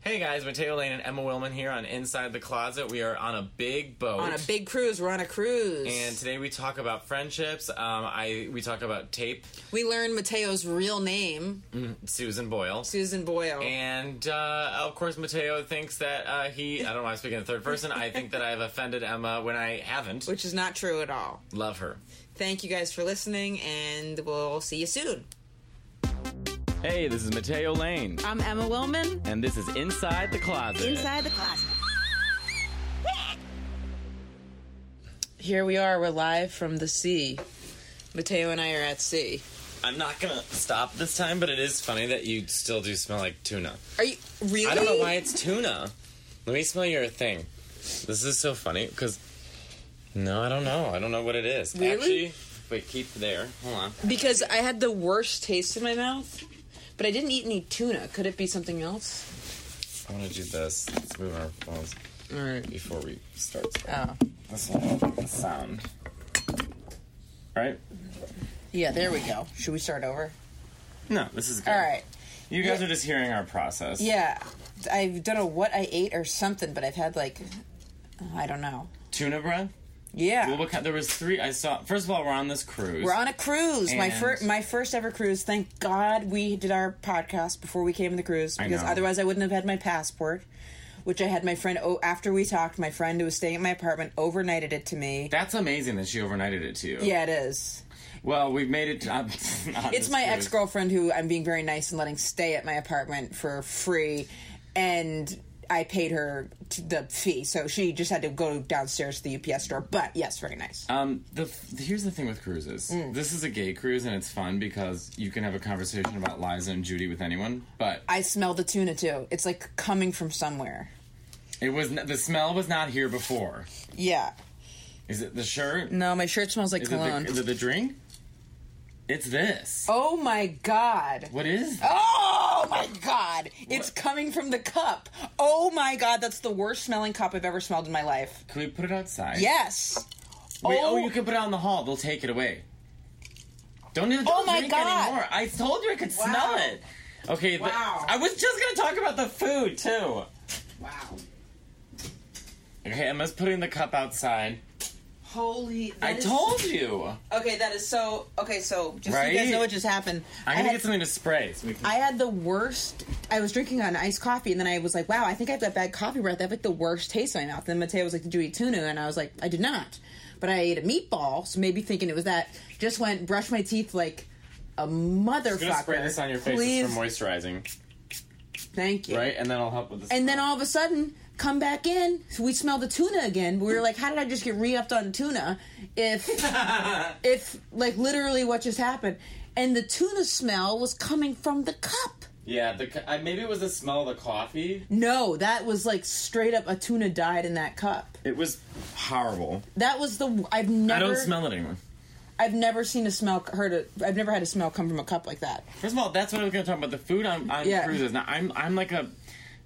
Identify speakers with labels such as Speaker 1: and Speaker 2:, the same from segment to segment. Speaker 1: Hey guys, Mateo Lane and Emma Willman here on Inside the Closet. We are on a big boat.
Speaker 2: on a big cruise. We're on a cruise.
Speaker 1: and today we talk about friendships. Um, I we talk about tape,
Speaker 2: we learned Mateo's real name,
Speaker 1: Susan Boyle,
Speaker 2: Susan Boyle.
Speaker 1: and uh, of course Mateo thinks that uh, he. I don't know. why I'm speaking in third person. I think that I've offended Emma when I haven't.
Speaker 2: which is not true at all.
Speaker 1: Love her.
Speaker 2: Thank you guys for listening, and we'll see you soon.
Speaker 1: Hey, this is Mateo Lane,
Speaker 3: I'm Emma Willman.
Speaker 1: and this is Inside the Closet.
Speaker 3: Inside the closet.
Speaker 2: Here we are. We're live from the sea. Mateo and I are at sea.
Speaker 1: I'm not gonna stop this time, but it is funny that you still do smell like tuna.
Speaker 2: Are you really?
Speaker 1: I don't know why it's tuna. Let me smell your thing. This is so funny because no, I don't know. I don't know what it is.
Speaker 2: Really?
Speaker 1: Actually, wait, keep there. Hold on.
Speaker 2: Because I had the worst taste in my mouth, but I didn't eat any tuna. Could it be something else?
Speaker 1: I want to do this. Let's move our phones
Speaker 2: All right.
Speaker 1: before we start.
Speaker 2: Oh.
Speaker 1: This will help with the sound. All right?
Speaker 2: Yeah, there we go. Should we start over?
Speaker 1: No, this is good.
Speaker 2: All right.
Speaker 1: You guys are just hearing our process.
Speaker 2: Yeah. I don't know what I ate or something, but I've had like, I don't know.
Speaker 1: Tuna bread.
Speaker 2: Yeah.
Speaker 1: Well, what kind, there was three. I saw. First of all, we're on this cruise.
Speaker 2: We're on a cruise. my
Speaker 1: And-
Speaker 2: first, my first ever cruise. Thank God we did our podcast before we came on the cruise because
Speaker 1: know.
Speaker 2: otherwise I wouldn't have had my passport. Which I had my friend. Oh, after we talked, my friend who was staying at my apartment overnighted it to me.
Speaker 1: That's amazing that she overnighted it to you.
Speaker 2: yeah, it is.
Speaker 1: Well, we've made it. On, on
Speaker 2: It's
Speaker 1: this
Speaker 2: my
Speaker 1: cruise.
Speaker 2: ex girlfriend who I'm being very nice and letting stay at my apartment for free, and I paid her t- the fee, so she just had to go downstairs to the UPS store. But yes, very nice.
Speaker 1: Um, the f- here's the thing with cruises.
Speaker 2: Mm.
Speaker 1: This is a gay cruise, and it's fun because you can have a conversation about Liza and Judy with anyone. But
Speaker 2: I smell the tuna too. It's like coming from somewhere.
Speaker 1: it was n- the smell was not here before.
Speaker 2: Yeah.
Speaker 1: Is it the shirt?
Speaker 2: No, my shirt smells like
Speaker 1: Is it
Speaker 2: cologne.
Speaker 1: the, is it the drink? It's this.
Speaker 2: Oh my god.
Speaker 1: What is?
Speaker 2: Oh my god. It's coming from the cup. Oh my god, that's the worst smelling cup I've ever smelled in my life.
Speaker 1: Can we put it outside?
Speaker 2: Yes.
Speaker 1: Wait, oh,
Speaker 2: oh.
Speaker 1: you can put it out in the hall. They'll take it away. Don't even.
Speaker 2: Oh
Speaker 1: don't
Speaker 2: my
Speaker 1: drink
Speaker 2: God.
Speaker 1: Anymore. I told you I could
Speaker 2: Wow.
Speaker 1: smell it. Okay. the-
Speaker 2: Wow.
Speaker 1: I was just gonna talk about the food too.
Speaker 2: Wow.
Speaker 1: Okay, Emma's putting the cup outside.
Speaker 2: Holy
Speaker 1: I told you.
Speaker 2: Okay, that is so okay, so just so
Speaker 1: Right?
Speaker 2: you guys know what just happened.
Speaker 1: I'm
Speaker 2: I
Speaker 1: gonna
Speaker 2: had-
Speaker 1: get something to spray. So we can...
Speaker 2: I had the worst. I was drinking an iced coffee, and then I was like, "Wow, I think I have that bad coffee breath. I have like the worst taste in my mouth." And then Mateo was like, "Did you eat tuna?" And I was like, "I did not," but I ate a meatball, so maybe thinking it was that. Just went brushed my teeth like a motherfucker.
Speaker 1: I'm gonna spray this on your face
Speaker 2: Please,
Speaker 1: just for moisturizing,
Speaker 2: thank you.
Speaker 1: right? And then I'll help with this.
Speaker 2: And then all of a sudden, come back in. So we smell the tuna again. We were like, "How did I just get re-upped on tuna?" If if like literally what just happened, and the tuna smell was coming from the cup.
Speaker 1: yeah, the, co- I, maybe it was the smell of the coffee.
Speaker 2: No, that was like straight up a tuna died in that cup.
Speaker 1: It was horrible.
Speaker 2: That was the I've never
Speaker 1: I don't smell it anymore.
Speaker 2: I've never seen a smell heard a I've never had a smell come from a cup like that.
Speaker 1: First of all, that's what I was gonna talk about. The food on, on
Speaker 2: Yeah.
Speaker 1: cruises. Now, I'm I'm like a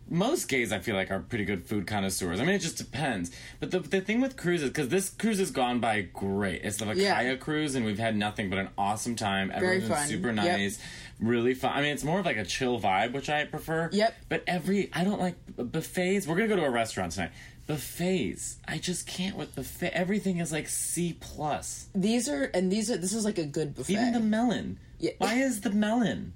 Speaker 1: most gays I feel like are pretty good food connoisseurs. I mean, it just depends. But the the thing with cruises, because this cruise has gone by great. It's the Vakaya
Speaker 2: Yeah.
Speaker 1: cruise, and we've had nothing but an awesome time. Everyone's been
Speaker 2: fun.
Speaker 1: super
Speaker 2: Yep.
Speaker 1: nice, really fun. I mean, it's more of like a chill vibe, which I prefer.
Speaker 2: Yep.
Speaker 1: But every I don't like b- buffets. We're gonna go to a restaurant tonight. Buffets. I just can't with buffet. Everything is like C plus.
Speaker 2: These are and these are this is like a good buffet.
Speaker 1: Even the melon.
Speaker 2: Yeah.
Speaker 1: Why is the melon?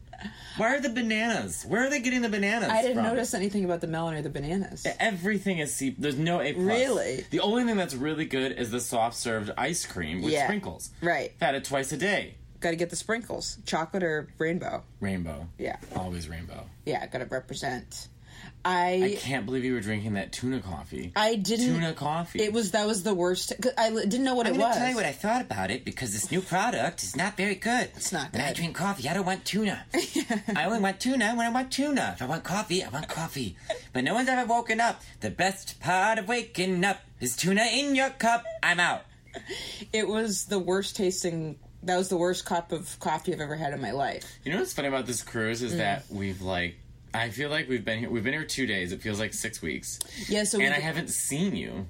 Speaker 1: Why are the bananas? Where are they getting the bananas?
Speaker 2: I didn't
Speaker 1: from?
Speaker 2: notice anything about the melon or the bananas.
Speaker 1: Everything is C. There's no A. Plus.
Speaker 2: Really?
Speaker 1: The only thing that's really good is the soft served ice cream with
Speaker 2: Yeah.
Speaker 1: sprinkles.
Speaker 2: Right.
Speaker 1: I've had it twice a day.
Speaker 2: Got to get the sprinkles, chocolate or rainbow.
Speaker 1: Rainbow.
Speaker 2: Yeah.
Speaker 1: Always rainbow.
Speaker 2: Yeah, got to represent.
Speaker 1: I
Speaker 2: I
Speaker 1: can't believe you were drinking that tuna coffee.
Speaker 2: I, didn't
Speaker 1: tuna coffee.
Speaker 2: It was that was the worst. 'cause I li- didn't know what it
Speaker 1: I'm gonna
Speaker 2: was.
Speaker 1: tell you what I thought about it because this new product is not very good. It's
Speaker 2: not
Speaker 1: When I
Speaker 2: good.
Speaker 1: drink coffee, I don't want tuna. I only want tuna when I want tuna. If I want coffee, I want coffee. But no one's ever woken up. The best part of waking up is tuna in your cup. I'm out.
Speaker 2: it was the worst tasting. That was the worst cup of coffee I've ever had in my life.
Speaker 1: You know what's funny about this cruise
Speaker 2: Mm.
Speaker 1: is that we've like. I feel like we've been here. We've been here two days. It feels like six weeks,
Speaker 2: Yeah, so we
Speaker 1: haven't seen you.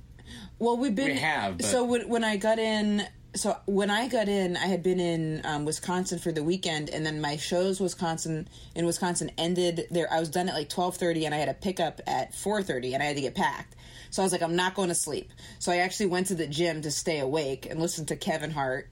Speaker 2: Well, we've been.
Speaker 1: We have, but-
Speaker 2: So when, when I got in, so when I got in, I had been in um, Wisconsin for the weekend, and then my shows Wisconsin in Wisconsin ended there. I was done at like twelve thirty, and I had a pickup at four thirty, and I had to get packed. So I was like, I'm not going to sleep. So I actually went to the gym to stay awake and listen to Kevin Hart,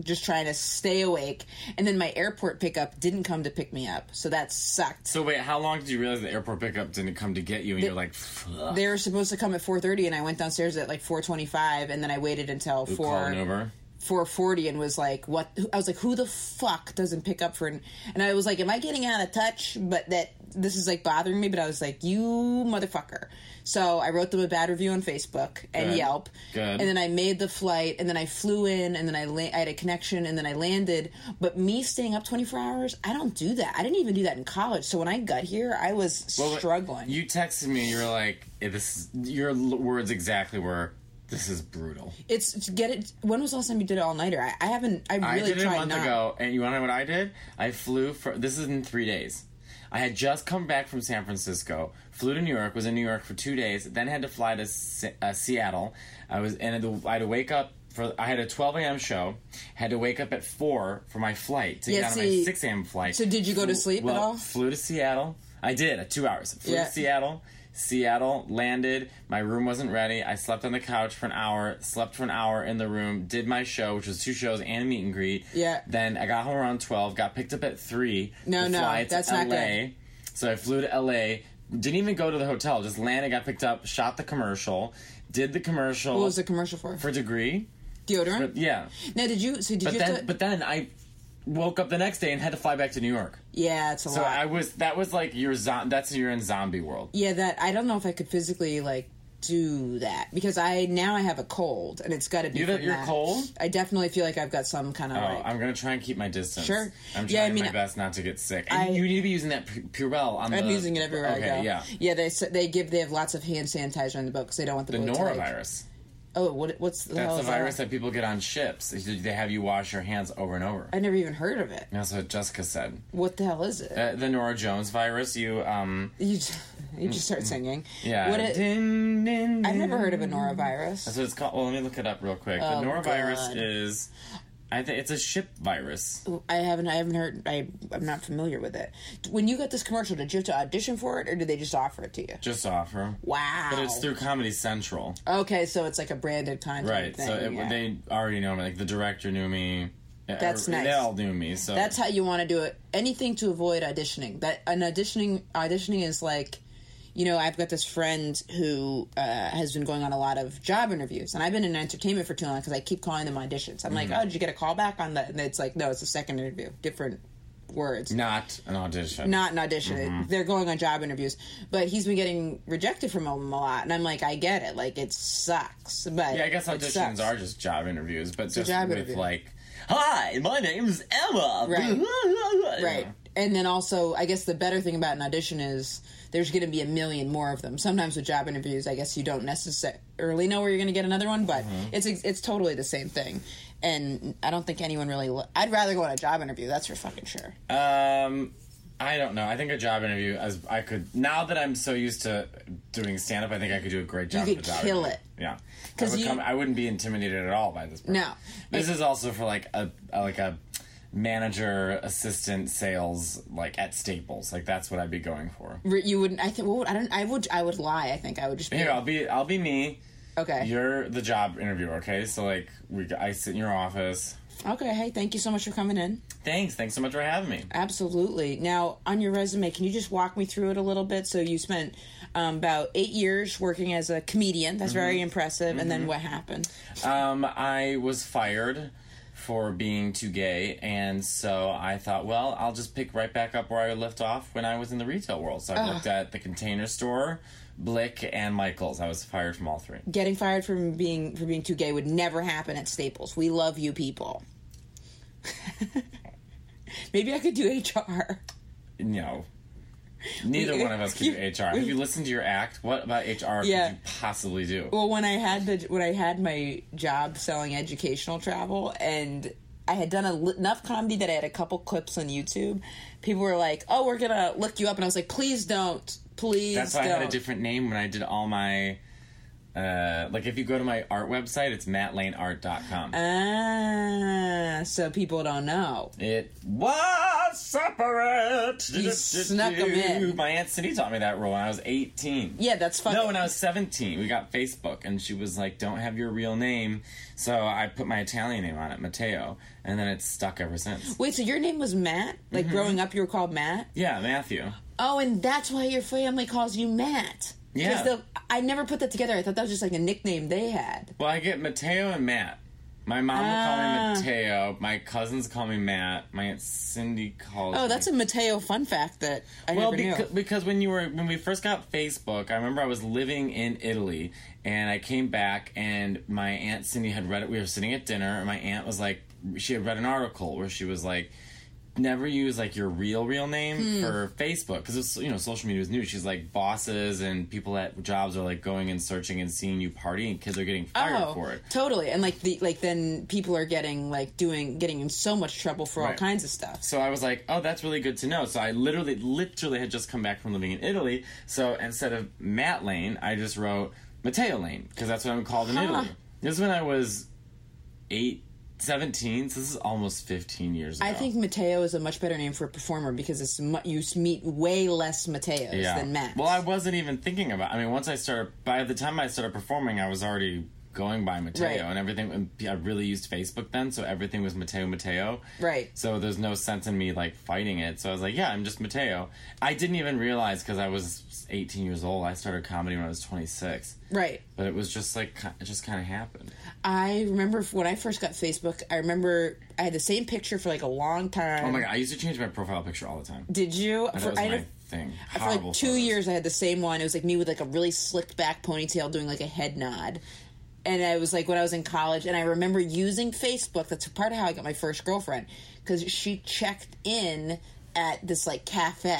Speaker 2: just trying to stay awake. And then my airport pickup didn't come to pick me up, so that sucked.
Speaker 1: So wait, how long did you realize the airport pickup didn't come to get you? And you're like, "Fuck."
Speaker 2: they were supposed to come at 4.30 and i went downstairs at like 4.25 and then i waited until 4
Speaker 1: Calling over.
Speaker 2: 440 and was like what i was like who the fuck doesn't pick up for an and i was like am i getting out of touch but that this is like bothering me but i was like you motherfucker so i wrote them a bad review on facebook and
Speaker 1: Good.
Speaker 2: yelp
Speaker 1: Good.
Speaker 2: and then i made the flight and then i flew in and then i, la- I had a connection and then i landed but me staying up 24 hours i don't do that i didn't even do that in college so when i got here i was
Speaker 1: Well,
Speaker 2: struggling
Speaker 1: You texted me. You were like, eh, "This." is- Your l- words exactly were, "This is brutal."
Speaker 2: It's it's get it. When was the last time you did it all nighter? I, I haven't. I
Speaker 1: I
Speaker 2: really
Speaker 1: did it a
Speaker 2: tried
Speaker 1: month
Speaker 2: not.
Speaker 1: ago, and you want to know what I did? I flew for this is in three days. I had just come back from San Francisco, flew to New York, was in New York for two days, then had to fly to Se- uh, Seattle. I was and I had to wake up for I had a 12 a.m. show, had to wake up at four for my flight to
Speaker 2: Yeah,
Speaker 1: get on my
Speaker 2: see-
Speaker 1: 6 a.m. flight.
Speaker 2: So did you go to
Speaker 1: Flew-
Speaker 2: sleep at
Speaker 1: well,
Speaker 2: all?
Speaker 1: Flew to Seattle. I did uh, two hours. Flew
Speaker 2: Yeah.
Speaker 1: to Seattle. Seattle landed. My room wasn't ready. I slept on the couch for an hour. Slept for an hour in the room. Did my show, which was two shows and a meet and greet.
Speaker 2: Yeah.
Speaker 1: Then I got home around twelve. Got picked up at three.
Speaker 2: No,
Speaker 1: to
Speaker 2: no,
Speaker 1: fly to
Speaker 2: that's not
Speaker 1: LA. So I flew to L.A. Didn't even go to the hotel. Just landed. Got picked up. Shot the commercial. Did the commercial.
Speaker 2: What was the commercial for?
Speaker 1: for degree?
Speaker 2: Deodorant.
Speaker 1: Yeah.
Speaker 2: now did you? So did
Speaker 1: But
Speaker 2: you?
Speaker 1: then,
Speaker 2: have to,
Speaker 1: but then I woke up the next day and had to fly back to New York.
Speaker 2: yeah, it's a
Speaker 1: So
Speaker 2: lot.
Speaker 1: I was that was like your zo- that's you're in zombie world.
Speaker 2: yeah, that I don't know if I could physically like do that because I now I have a cold and it's got to be.
Speaker 1: You got-
Speaker 2: from
Speaker 1: you're
Speaker 2: that.
Speaker 1: cold?
Speaker 2: I definitely feel like I've got some kind of
Speaker 1: Oh,
Speaker 2: like.
Speaker 1: I'm gonna try and keep my distance.
Speaker 2: Sure.
Speaker 1: I'm trying
Speaker 2: Yeah, I mean,
Speaker 1: my best not to get sick. And
Speaker 2: I-
Speaker 1: you need to be using that Pu- Purell on the.
Speaker 2: I'm using it everywhere
Speaker 1: okay,
Speaker 2: I go.
Speaker 1: Yeah.
Speaker 2: yeah. They s- they give they have lots of hand sanitizer in the boat because they don't want the,
Speaker 1: The
Speaker 2: boat to, like-
Speaker 1: norovirus.
Speaker 2: oh, what what's the
Speaker 1: That's
Speaker 2: hell
Speaker 1: the
Speaker 2: is that?
Speaker 1: virus that people get on ships. They have you wash your hands over and over.
Speaker 2: I never even heard of it.
Speaker 1: That's what Jessica said.
Speaker 2: What the hell is it?
Speaker 1: Uh, the Nora Jones virus. You um.
Speaker 2: You just, you just start singing.
Speaker 1: Mm, Yeah.
Speaker 2: What it,
Speaker 1: Ding, ding,
Speaker 2: I've
Speaker 1: ding.
Speaker 2: never heard of a norovirus.
Speaker 1: So it's called. Well, let me look it up real quick.
Speaker 2: Oh,
Speaker 1: the norovirus
Speaker 2: God.
Speaker 1: is. I think it's a ship virus.
Speaker 2: I haven't. I haven't heard. I, I'm not familiar with it. When you got this commercial, did you have to audition for it, or did they just offer it to you?
Speaker 1: Just offer.
Speaker 2: Wow.
Speaker 1: But it's through Comedy Central.
Speaker 2: okay, so it's like a branded content.
Speaker 1: Right.
Speaker 2: Thing.
Speaker 1: So it,
Speaker 2: yeah.
Speaker 1: they already know me. Like the director knew me.
Speaker 2: That's
Speaker 1: Er-
Speaker 2: nice.
Speaker 1: They all knew me. So
Speaker 2: That's how you want to do it. Anything to avoid auditioning. That an auditioning auditioning is like, you know, I've got this friend who uh, has been going on a lot of job interviews, and I've been in entertainment for too long because I keep calling them auditions. I'm
Speaker 1: Mm-hmm.
Speaker 2: like, oh, did you get a call back on that? And it's like, no, it's a second interview, different words.
Speaker 1: not an audition.
Speaker 2: Not an audition.
Speaker 1: Mm-hmm.
Speaker 2: They're going on job interviews, but he's been getting rejected from them a lot, and I'm like, I get it. Like it sucks, but
Speaker 1: yeah, I guess
Speaker 2: it
Speaker 1: auditions
Speaker 2: sucks.
Speaker 1: are just job interviews, but just
Speaker 2: job
Speaker 1: with
Speaker 2: interview.
Speaker 1: like, "Hi, my name's Emma."
Speaker 2: Right.
Speaker 1: You
Speaker 2: Right.
Speaker 1: know.
Speaker 2: And then also, I guess the better thing about an audition is there's going to be a million more of them. Sometimes with job interviews, I guess you don't necessarily know where you're going to get another one, but
Speaker 1: Mm-hmm.
Speaker 2: it's it's totally the same thing. And I don't think anyone really. Lo- I'd rather go on a job interview. That's for fucking sure.
Speaker 1: Um, I don't know. I think a job interview, as I could now that I'm so used to doing stand up, I think I could do a great job.
Speaker 2: could
Speaker 1: at a job
Speaker 2: kill
Speaker 1: interview.
Speaker 2: it.
Speaker 1: Yeah,
Speaker 2: 'Cause
Speaker 1: I, would
Speaker 2: you-
Speaker 1: come, I wouldn't be intimidated at all by this. Person.
Speaker 2: No.
Speaker 1: this is also for like a, a like a manager assistant sales like at Staples. Like that's what I'd be going for.
Speaker 2: R- You wouldn't. I think. What would, I don't. I would. I would lie. I think I would just be
Speaker 1: Here, I'll be I'll be me.
Speaker 2: okay.
Speaker 1: You're the job interviewer, okay? So like we I sit in your office.
Speaker 2: Okay. Hey, thank you so much for coming in.
Speaker 1: Thanks, thanks so much for having me.
Speaker 2: Absolutely. Now, on your resume, can you just walk me through it a little bit? So, you spent um, about eight years working as a comedian. That's very impressive. And then what happened?
Speaker 1: Um, I was fired for being too gay, and so I thought, well, I'll just pick right back up where I left off when I was in the retail world. So I worked at the Container Store, Blick, and Michaels. I was fired from all three.
Speaker 2: Getting fired from being for being too gay would never happen at Staples. We love you, people. Maybe I could do HR.
Speaker 1: No. Neither one of us can do
Speaker 2: You-
Speaker 1: HR. Have you listened to your act? What about HR
Speaker 2: Yeah.
Speaker 1: could you possibly do?
Speaker 2: Well, when I had the when I had my job selling educational travel, and I had done a, li- enough comedy that I had a couple clips on YouTube, people were like, "Oh, we're gonna look you up," and I was like, "Please don't, please
Speaker 1: That's why I
Speaker 2: don't."
Speaker 1: had a different name when I did all my Uh, like if you go to my art website, it's mattlaneart.com.
Speaker 2: Ah, so people don't know.
Speaker 1: It was separate.
Speaker 2: You snuck 'em in.
Speaker 1: My aunt Cindy taught me that rule when I was eighteen.
Speaker 2: Yeah, that's fucking.
Speaker 1: No, when I was seventeen, we got Facebook, and she was like, "Don't have your real name," so I put my Italian name on it, Matteo, and then it's stuck ever since.
Speaker 2: Wait, so your name was Matt? Like
Speaker 1: Mm-hmm.
Speaker 2: growing up, you were called Matt.
Speaker 1: Yeah, Matthew.
Speaker 2: Oh, and that's why your family calls you Matt. 'Cause
Speaker 1: Yeah.
Speaker 2: the- I never put that together. I thought that was just like a nickname they had.
Speaker 1: Well, I get Mateo and Matt. My mom
Speaker 2: Ah.
Speaker 1: will call me Mateo. My cousins call me Matt. My aunt Cindy calls.
Speaker 2: Oh, that's a Mateo fun fact that I
Speaker 1: Well,
Speaker 2: never
Speaker 1: because,
Speaker 2: knew.
Speaker 1: because when you were when we first got Facebook, I remember I was living in Italy and I came back and my aunt Cindy had read it. We were sitting at dinner and my aunt was like, she had read an article where she was like, never use like your real real name
Speaker 2: Hmm.
Speaker 1: for Facebook because you know social media was new. She's like bosses and people at jobs are like going and searching and seeing you party and kids are getting fired for
Speaker 2: Oh,
Speaker 1: it.
Speaker 2: totally. And like the like then people are getting like doing getting in so much trouble for all
Speaker 1: Right.
Speaker 2: kinds of stuff.
Speaker 1: So I was like, oh, that's really good to know. So I literally, literally had just come back from living in Italy. So instead of Matt Lane, I just wrote Matteo Lane because that's what I'm called in
Speaker 2: Huh.
Speaker 1: Italy. This is when I was eight, 17. So this is almost 15 years ago.
Speaker 2: I think Mateo is a much better name for a performer because it's mu- you s- meet way less Mateos than Matt.
Speaker 1: Well, I wasn't even thinking about. I mean, once I started, by the time I started performing, I was already going by Mateo
Speaker 2: Right.
Speaker 1: and everything. and I really used Facebook then, so everything was Mateo Mateo.
Speaker 2: Right.
Speaker 1: So there's no sense in me like fighting it. So I was like, yeah, I'm just Mateo. I didn't even realize because I was 18 years old. I started comedy when I was 26,
Speaker 2: right.
Speaker 1: but it was just like ki- it just kind of happened.
Speaker 2: I remember f- when I first got Facebook. I remember I had the same picture for like a long time.
Speaker 1: Oh my god, I used to change my profile picture all the time.
Speaker 2: Did you?
Speaker 1: That
Speaker 2: For,
Speaker 1: was
Speaker 2: I had
Speaker 1: my
Speaker 2: a-
Speaker 1: thing.
Speaker 2: for
Speaker 1: Horrible
Speaker 2: like two
Speaker 1: photos.
Speaker 2: years, I had the same one. It was like me with like a really slicked back ponytail doing like a head nod. And I was like when I was in college, and I remember using Facebook. That's part of how I got my first girlfriend because she checked in at this like cafe,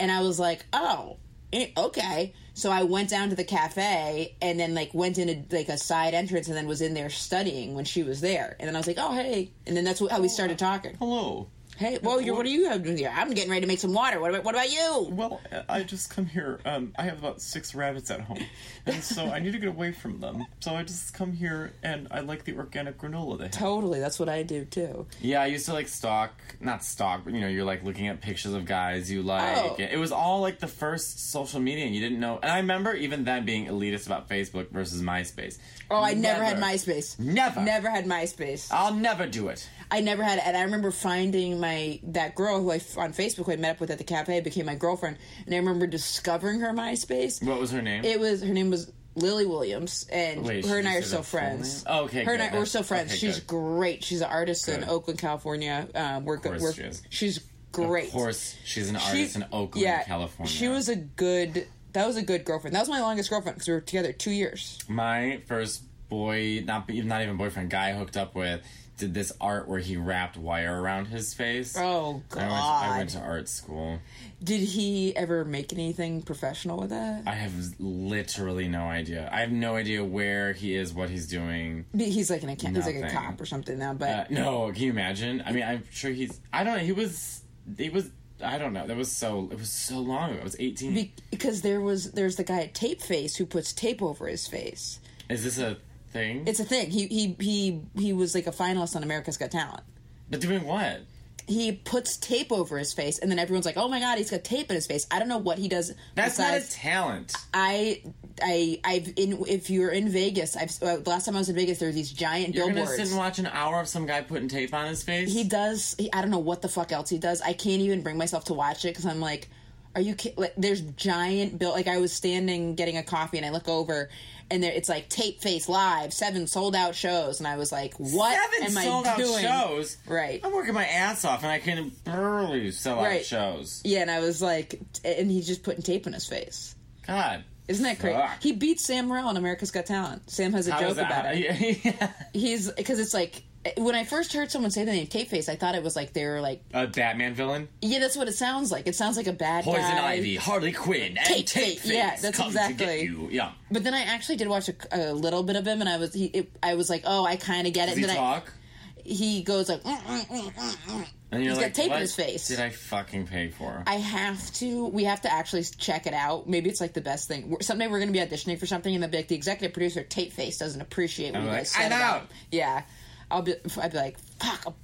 Speaker 2: and I was like, oh, eh, okay. So I went down to the cafe and then like went in a, like a side entrance and then was in there studying when she was there. And then I was like, oh hey, and then that's wh- how we started talking.
Speaker 1: Hello.
Speaker 2: Hey, well, you're, what are you doing here? I'm getting ready to make some water. What about what about you?
Speaker 1: Well, I just come here. Um, I have about six rabbits at home, and so I need to get away from them. So I just come here, and I like the organic granola they have.
Speaker 2: Totally, that's what I do too.
Speaker 1: Yeah, I used to like stalk, not stalk, but you know, you're like looking at pictures of guys you like.
Speaker 2: Oh.
Speaker 1: It was all like the first social media, and you didn't know. And I remember even then being elitist about Facebook versus MySpace.
Speaker 2: Oh, I never, had MySpace.
Speaker 1: Never.
Speaker 2: Never had MySpace.
Speaker 1: I'll never do it.
Speaker 2: I never had, and I remember finding my that girl who I f- on Facebook who I met up with at the cafe became my girlfriend, and I remember discovering her MySpace.
Speaker 1: What was her name?
Speaker 2: It was her name was Lily Williams, and
Speaker 1: Wait,
Speaker 2: her
Speaker 1: she
Speaker 2: and I are
Speaker 1: just said
Speaker 2: still
Speaker 1: her full
Speaker 2: friends.
Speaker 1: name? Oh, okay,
Speaker 2: her and
Speaker 1: good.
Speaker 2: I we're still
Speaker 1: That's-
Speaker 2: friends.
Speaker 1: okay,
Speaker 2: She's
Speaker 1: good.
Speaker 2: great. She's an artist in
Speaker 1: Good.
Speaker 2: Oakland, California. Um, we're,
Speaker 1: course
Speaker 2: we're
Speaker 1: she is.
Speaker 2: she's great.
Speaker 1: of course, she's an
Speaker 2: She-
Speaker 1: artist in Oakland,
Speaker 2: yeah,
Speaker 1: California.
Speaker 2: She was a good. That was a good girlfriend. That was my longest girlfriend because we were together two years.
Speaker 1: my first boy, not be- not even boyfriend, guy I hooked up with, did this art where he wrapped wire around his face.
Speaker 2: Oh God!
Speaker 1: I went, I went to art school.
Speaker 2: Did he ever make anything professional with that?
Speaker 1: I have literally no idea. I have no idea where he is, what he's doing.
Speaker 2: he's like an account. He's like a
Speaker 1: Nothing.
Speaker 2: cop or something now. But
Speaker 1: Uh, no, can you imagine? I mean, I'm sure he's. I don't know. He was. He was. I don't know. That was so. It was so long ago. I was 18.
Speaker 2: be- because there was there's the guy at Tape Face who puts tape over his face.
Speaker 1: is this a thing?
Speaker 2: It's a thing. He he he he was like a finalist on America's Got Talent.
Speaker 1: but doing what?
Speaker 2: He puts tape over his face, and then everyone's like, "Oh my god, he's got tape in his face." I don't know what he does.
Speaker 1: That's not
Speaker 2: besides-
Speaker 1: a talent.
Speaker 2: I I I've in if you're in Vegas, I've uh, last time I was in Vegas, there were these giant
Speaker 1: You're gonna
Speaker 2: billboards.
Speaker 1: sit and watch an hour of some guy putting tape on his face.
Speaker 2: he does. He, I don't know what the fuck else he does. I can't even bring myself to watch it because I'm like, are you ki- like? There's giant bill. Like I was standing getting a coffee and I look over, and there it's like Tape Face Live seven sold out shows, and I was like, what
Speaker 1: Seven
Speaker 2: am
Speaker 1: sold
Speaker 2: I
Speaker 1: out
Speaker 2: doing?
Speaker 1: shows.
Speaker 2: Right.
Speaker 1: I'm working my ass off, and I can barely sell
Speaker 2: Right.
Speaker 1: out shows.
Speaker 2: Yeah, and I was like, and he's just putting tape on his face.
Speaker 1: God.
Speaker 2: Isn't that crazy?
Speaker 1: Fuck.
Speaker 2: He beat Sam Morril on America's Got Talent. Sam has a
Speaker 1: How
Speaker 2: joke
Speaker 1: is that?
Speaker 2: about it.
Speaker 1: Yeah.
Speaker 2: he's because it's like when I first heard someone say the name Tape Face, I thought it was like they were like,
Speaker 1: a Batman villain.
Speaker 2: yeah, that's what it sounds like. It sounds like a bad
Speaker 1: Poison
Speaker 2: guy.
Speaker 1: Ivy, Harley Quinn, and
Speaker 2: Tape
Speaker 1: Tape,
Speaker 2: Face. Yeah,
Speaker 1: Face
Speaker 2: that's
Speaker 1: come To
Speaker 2: exactly-
Speaker 1: get you. Yeah.
Speaker 2: But then I actually did watch a, a little bit of him, and I was he, it, I was like, oh, I kind of get it.
Speaker 1: Does he
Speaker 2: and then
Speaker 1: talk?
Speaker 2: I, he goes like, "Mm, mm, mm, mm, mm,"
Speaker 1: And you're
Speaker 2: He's got
Speaker 1: like,
Speaker 2: tape in
Speaker 1: what
Speaker 2: his face."
Speaker 1: Did I fucking pay for?
Speaker 2: I have to. We have to actually check it out. Maybe it's like the best thing. We're- Someday we're going to be auditioning for something, and they'll be like, the executive producer, Tape Face, doesn't appreciate what
Speaker 1: I'm
Speaker 2: you
Speaker 1: like,
Speaker 2: guys said
Speaker 1: "I'm
Speaker 2: about
Speaker 1: out."
Speaker 2: him." Yeah, I'll be. I'd be like, fuck.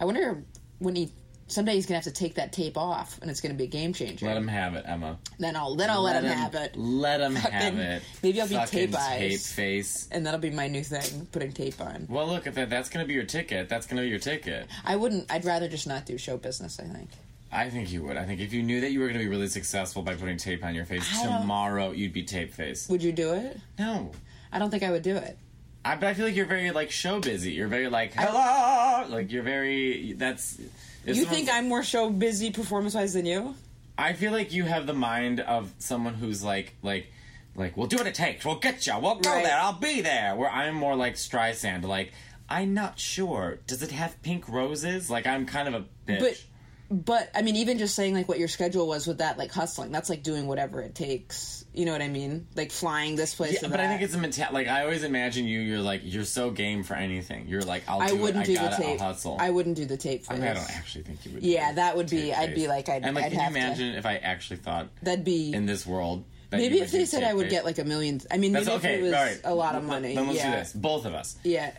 Speaker 2: I wonder when he. Someday he's going to have to take that tape off, and it's going to be a game changer.
Speaker 1: let him have it, Emma.
Speaker 2: then I'll then I'll let, him, have it,
Speaker 1: Let him have
Speaker 2: Fucking-
Speaker 1: it.
Speaker 2: maybe I'll be
Speaker 1: Fucking
Speaker 2: tape eyes.
Speaker 1: tape face.
Speaker 2: and that'll be my new thing: putting tape on.
Speaker 1: Well, look at that. That's gonna be your ticket. That's gonna be your ticket.
Speaker 2: I wouldn't. I'd rather just not do show business. I think.
Speaker 1: I think you would. I think if you knew that you were gonna be really successful by putting tape on your face
Speaker 2: I don't-
Speaker 1: tomorrow, you'd be tape face.
Speaker 2: Would you do it?
Speaker 1: No.
Speaker 2: I don't think I would do it.
Speaker 1: I, but I feel like you're very like show busy. You're very like hello, like you're very that's. if
Speaker 2: You
Speaker 1: someone's-
Speaker 2: think I'm more show busy performance wise than you?
Speaker 1: I feel like you have the mind of someone who's like like like we'll do what it takes. We'll get you. We'll go
Speaker 2: Right.
Speaker 1: there. I'll be there. Where I'm more like Streisand. Like I'm not sure. Does it have pink roses? Like I'm kind of a bitch.
Speaker 2: But but I mean, even just saying like what your schedule was with that, like hustling, that's like doing whatever it takes. You know what I mean? Like flying this place.
Speaker 1: Yeah,
Speaker 2: to
Speaker 1: but I
Speaker 2: that.
Speaker 1: think it's a menta- like I always imagine you. You're like you're so game for anything. You're like I'll.
Speaker 2: I
Speaker 1: do
Speaker 2: wouldn't
Speaker 1: it.
Speaker 2: do
Speaker 1: I
Speaker 2: the
Speaker 1: gotta,
Speaker 2: tape.
Speaker 1: I'll hustle.
Speaker 2: I wouldn't do the tape. For
Speaker 1: I, mean,
Speaker 2: this.
Speaker 1: I don't actually think you would.
Speaker 2: Yeah,
Speaker 1: do
Speaker 2: that would be.
Speaker 1: tape
Speaker 2: I'd be
Speaker 1: face.
Speaker 2: like, I'd,
Speaker 1: And like,
Speaker 2: I'd
Speaker 1: can
Speaker 2: have
Speaker 1: you imagine if I actually thought
Speaker 2: to. That'd be.
Speaker 1: in this world? That
Speaker 2: maybe
Speaker 1: you
Speaker 2: if
Speaker 1: would
Speaker 2: they
Speaker 1: do
Speaker 2: said
Speaker 1: tape
Speaker 2: I would
Speaker 1: face?
Speaker 2: get like a million. I mean, maybe
Speaker 1: That's okay.
Speaker 2: if it was
Speaker 1: all right.
Speaker 2: a lot of
Speaker 1: Then-
Speaker 2: money.
Speaker 1: Then let's
Speaker 2: yeah.
Speaker 1: do this. Both of us.
Speaker 2: Yeah.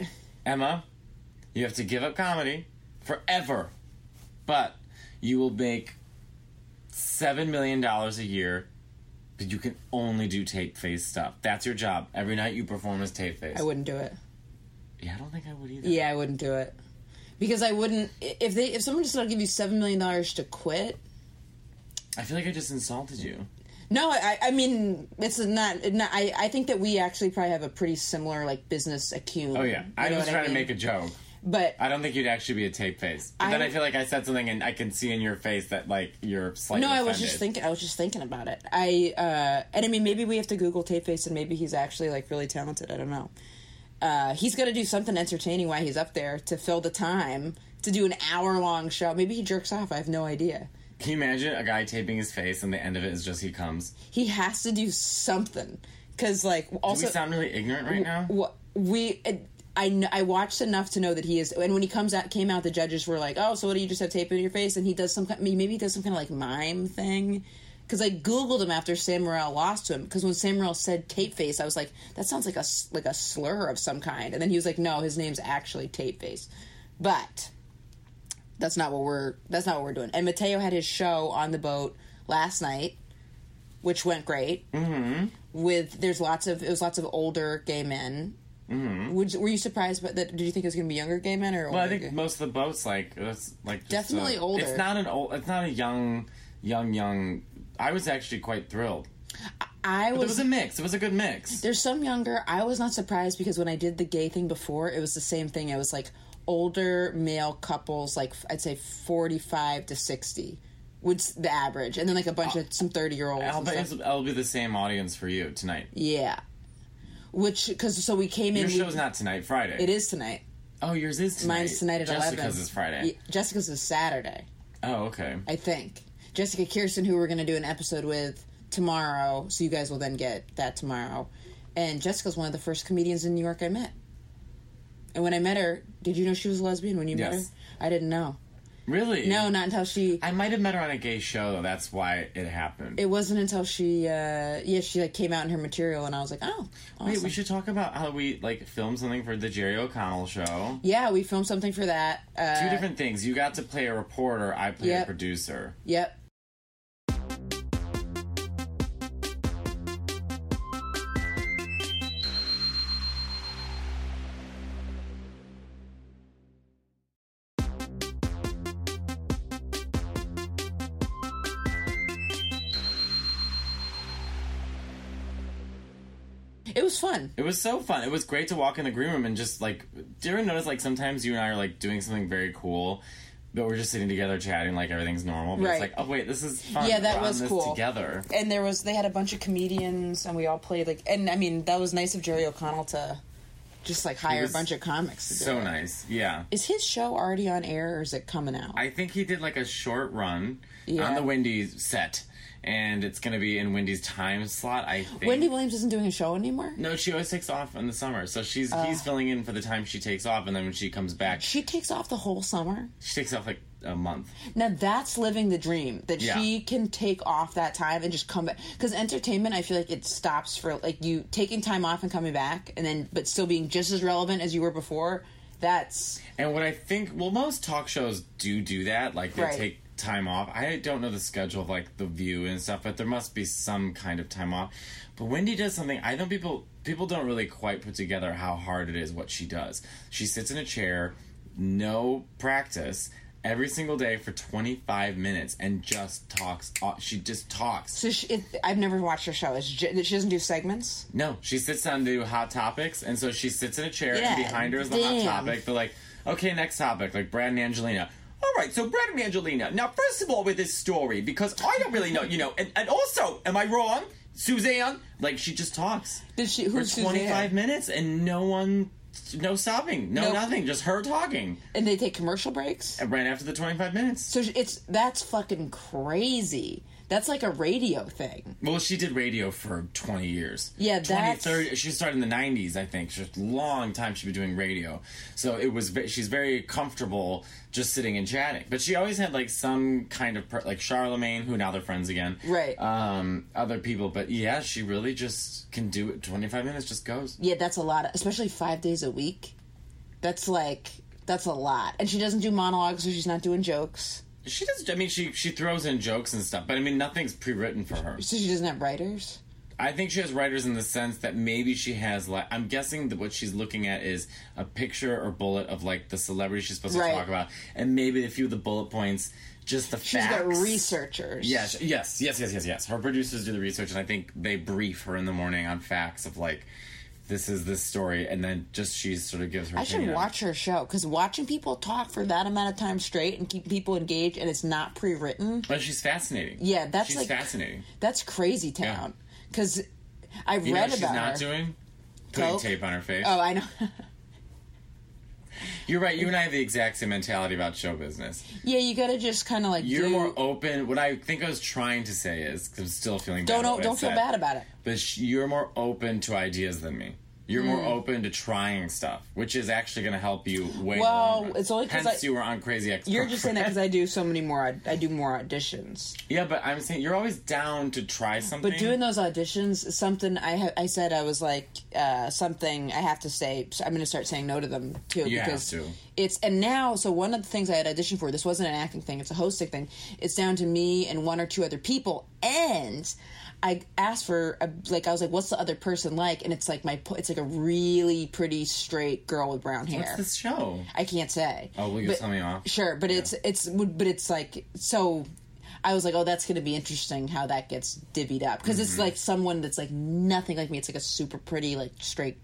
Speaker 1: Emma, you have to give up comedy forever, but you will make seven million dollars a year. But you can only do tape face stuff. That's your job. Every night you perform as tape face.
Speaker 2: I wouldn't do it.
Speaker 1: Yeah, I don't think I would either.
Speaker 2: Yeah, I wouldn't do it because I wouldn't. i- If they if someone just said I'll give you seven million dollars to quit.
Speaker 1: I feel like I just insulted you.
Speaker 2: No, I, I mean it's not. not I, I think that we actually probably have a pretty similar like business acume.
Speaker 1: Oh yeah, I was trying to make a joke.
Speaker 2: But
Speaker 1: I don't think you'd actually be a tape face. But then
Speaker 2: I-
Speaker 1: I feel like I said something, and I can see in your face that like you're slightly.
Speaker 2: no, I was just
Speaker 1: offended.
Speaker 2: thinking. I was just thinking about it. I uh, and I mean maybe we have to Google Tape Face and maybe he's actually like really talented. I don't know. Uh, he's got to do something entertaining while he's up there to fill the time to do an hour long show. Maybe he jerks off. I have no idea.
Speaker 1: Can you imagine a guy taping his face, and the end of it is just he comes?
Speaker 2: He has to do something because like
Speaker 1: Do
Speaker 2: also
Speaker 1: we sound really ignorant right now?
Speaker 2: What we. It, I, kn- I watched enough to know that he is, and when he comes out, came out, the judges were like, "Oh, so what do you just have tape in your face?" And he does some kind, maybe he does some kind of like mime thing, because I googled him after Sam Morril lost to him, because when Sam Morril said tape face, I was like, that sounds like a s- like a slur of some kind, and then he was like, no, his name's actually tape face, but that's not what we're that's not what we're doing. And Mateo had his show on the boat last night, which went great. Mm-hmm. With there's lots of it was lots of older gay men. Mm-hmm. Would, were you surprised? But that did you think it was going to be younger gay men or older?
Speaker 1: Well, I think
Speaker 2: gay-
Speaker 1: most of the boats like that's like just
Speaker 2: Definitely
Speaker 1: a-
Speaker 2: older.
Speaker 1: It's not an old. It's not a young, young, young. I was actually quite thrilled.
Speaker 2: I
Speaker 1: It
Speaker 2: was.
Speaker 1: was a mix. It was a good mix.
Speaker 2: there's some younger. I was not surprised because when I did the gay thing before, it was the same thing. It was like older male couples, like I'd say 45 to 60, was the average, and then like a bunch of some 30 year olds.
Speaker 1: I'll bet it's- it'll be the same audience for you tonight.
Speaker 2: Yeah. Which, because so we came in.
Speaker 1: Your
Speaker 2: we-
Speaker 1: show's not tonight. Friday.
Speaker 2: It is tonight.
Speaker 1: Oh, yours is tonight.
Speaker 2: Mine's tonight at eleven.
Speaker 1: Jessica's is Friday.
Speaker 2: Yeah, Jessica's is Saturday,
Speaker 1: Oh, okay.
Speaker 2: I think. Jessica Kirsten, who we're going to do an episode with tomorrow, so you guys will then get that tomorrow. And Jessica's one of the first comedians in New York I met. And when I met her, did you know she was a lesbian when you met
Speaker 1: Yes.
Speaker 2: her? I didn't know.
Speaker 1: Really?
Speaker 2: No, not until she.
Speaker 1: I might have met her on a gay show, though. That's why it happened.
Speaker 2: It wasn't until she, uh, yeah, she like came out in her material, and I was like, oh, awesome.
Speaker 1: Wait, we should talk about how we like filmed something for the Jerry O'Connell show.
Speaker 2: yeah, we filmed something for that. Uh,
Speaker 1: Two different things. You got to play a reporter. I play
Speaker 2: Yep.
Speaker 1: a producer.
Speaker 2: Yep. It was fun.
Speaker 1: It was so fun. It was great to walk in the green room and just like. Do you ever notice like sometimes you and I are like doing something very cool, but we're just sitting together chatting like everything's normal. But
Speaker 2: Right.
Speaker 1: it's like, oh wait, this is fun.
Speaker 2: Yeah, that
Speaker 1: We're on
Speaker 2: was
Speaker 1: this
Speaker 2: cool.
Speaker 1: Together.
Speaker 2: And there was they had a bunch of comedians and we all played like and I mean that was nice of Jerry O'Connell to just like hire a
Speaker 1: was
Speaker 2: bunch of comics. To do
Speaker 1: So
Speaker 2: it.
Speaker 1: nice. Yeah.
Speaker 2: Is his show already on air or is it coming out?
Speaker 1: I think he did like a short run
Speaker 2: Yeah.
Speaker 1: on the Wendy's set, and it's gonna be in Wendy's time slot. I think.
Speaker 2: Wendy Williams isn't doing a show anymore.
Speaker 1: no, she always takes off in the summer, so she's
Speaker 2: Oh.
Speaker 1: he's filling in for the time she takes off, and then when she comes back,
Speaker 2: She takes off the whole summer.
Speaker 1: she takes off like a month.
Speaker 2: Now that's living the dream that
Speaker 1: Yeah.
Speaker 2: she can take off that time and just come back. Because entertainment, I feel like it stops for like you taking time off and coming back, and then but still being just as relevant as you were before. That's
Speaker 1: And what I think, well, most talk shows do do that. Like they
Speaker 2: Right.
Speaker 1: take time off. I don't know the schedule of like The View and stuff, but there must be some kind of time off. But Wendy does something I don't people people don't really quite put together how hard it is what she does. She sits in a chair, no practice. Every single day for 25 minutes and just talks. uh, She just talks.
Speaker 2: so. She, it, I've never watched her show. It's ju- she doesn't do segments.
Speaker 1: No, she sits down to do hot topics, and so she sits in a chair,
Speaker 2: Yeah,
Speaker 1: and behind her is the
Speaker 2: damn.
Speaker 1: hot topic. They're like, okay, next topic, like Brad and Angelina. All right, so Brad and Angelina. Now, first of all, with this story, because I don't really know, you know, and, and also, am I wrong, Suzanne? Like, she just talks
Speaker 2: Did she?
Speaker 1: for
Speaker 2: Who's
Speaker 1: twenty
Speaker 2: Suzanne?
Speaker 1: five minutes, and no one, no stopping, no
Speaker 2: Nope.
Speaker 1: nothing, just her talking.
Speaker 2: And they take commercial breaks.
Speaker 1: And right after the twenty five minutes,
Speaker 2: So she- it's that's fucking crazy. That's like a radio thing.
Speaker 1: well, she did radio for twenty years.
Speaker 2: Yeah,
Speaker 1: 20,
Speaker 2: that's-
Speaker 1: 30, she started in the 90s i think just long time she'd been doing radio so it was ve- she's very comfortable just sitting and chatting but she always had like some kind of per, like charlemagne who now they're friends again
Speaker 2: Right.
Speaker 1: um other people but yeah she really just can do it 25 minutes just goes
Speaker 2: Yeah, that's a lot, especially five days a week. That's like that's a lot. And she doesn't do monologues, so she's not doing jokes.
Speaker 1: she does i mean she she throws in jokes and stuff but i mean nothing's pre-written for her
Speaker 2: So she doesn't have writers.
Speaker 1: I think she has writers in the sense that maybe she has like I'm guessing that what she's looking at is a picture or bullet of like the celebrity she's supposed
Speaker 2: Right.
Speaker 1: to talk about, and maybe a few of the bullet points, just the
Speaker 2: She's
Speaker 1: facts.
Speaker 2: got researchers.
Speaker 1: Yes, yes, yes, yes, yes, yes. Her producers do the research, and I think they brief her in the morning on facts of like, this is this story, and then just she sort of gives her.
Speaker 2: I should watch her show because watching people talk for that amount of time straight and keep people engaged and it's not pre-written.
Speaker 1: But she's fascinating.
Speaker 2: Yeah, that's
Speaker 1: she's
Speaker 2: like
Speaker 1: fascinating.
Speaker 2: that's crazy town. Because I read
Speaker 1: You know what she's
Speaker 2: about
Speaker 1: not
Speaker 2: her.
Speaker 1: doing putting
Speaker 2: Coke?
Speaker 1: tape on her face.
Speaker 2: oh, I know.
Speaker 1: You're right. You and I have the exact same mentality about show business.
Speaker 2: yeah, you gotta just kind of like
Speaker 1: You're
Speaker 2: do,
Speaker 1: more open. What I think I was trying to say is, 'cause I'm still feeling bad
Speaker 2: don't
Speaker 1: about what I
Speaker 2: don't feel
Speaker 1: said,
Speaker 2: bad about it.
Speaker 1: But sh- you're more open to ideas than me. You're more
Speaker 2: Mm.
Speaker 1: open to trying stuff, which is actually going to help you way
Speaker 2: Well,
Speaker 1: more.
Speaker 2: it's only 'cause
Speaker 1: hence
Speaker 2: I-
Speaker 1: you were on Crazy Ex.
Speaker 2: You're just saying that because I do so many more. I, I do more auditions.
Speaker 1: yeah, but I'm saying you're always down to try something.
Speaker 2: But doing those auditions, is something I ha- I said I was like uh, something I have to say. So I'm going to start saying no to them too
Speaker 1: You have
Speaker 2: because
Speaker 1: to.
Speaker 2: it's and now so one of the things I had auditioned for this wasn't an acting thing; it's a hosting thing. It's down to me and one or two other people, and I asked for a, like I was like, "What's the other person like?" And it's like my po- it's like a really pretty straight girl with brown hair.
Speaker 1: What's this show?
Speaker 2: I can't say.
Speaker 1: Oh, will you
Speaker 2: But-
Speaker 1: tell me off?
Speaker 2: Sure, but it's it's would- but it's like so. I was like, oh, that's going to be interesting how that gets divvied up because
Speaker 1: Mm-hmm.
Speaker 2: it's like someone that's like nothing like me. It's like a super pretty, like straight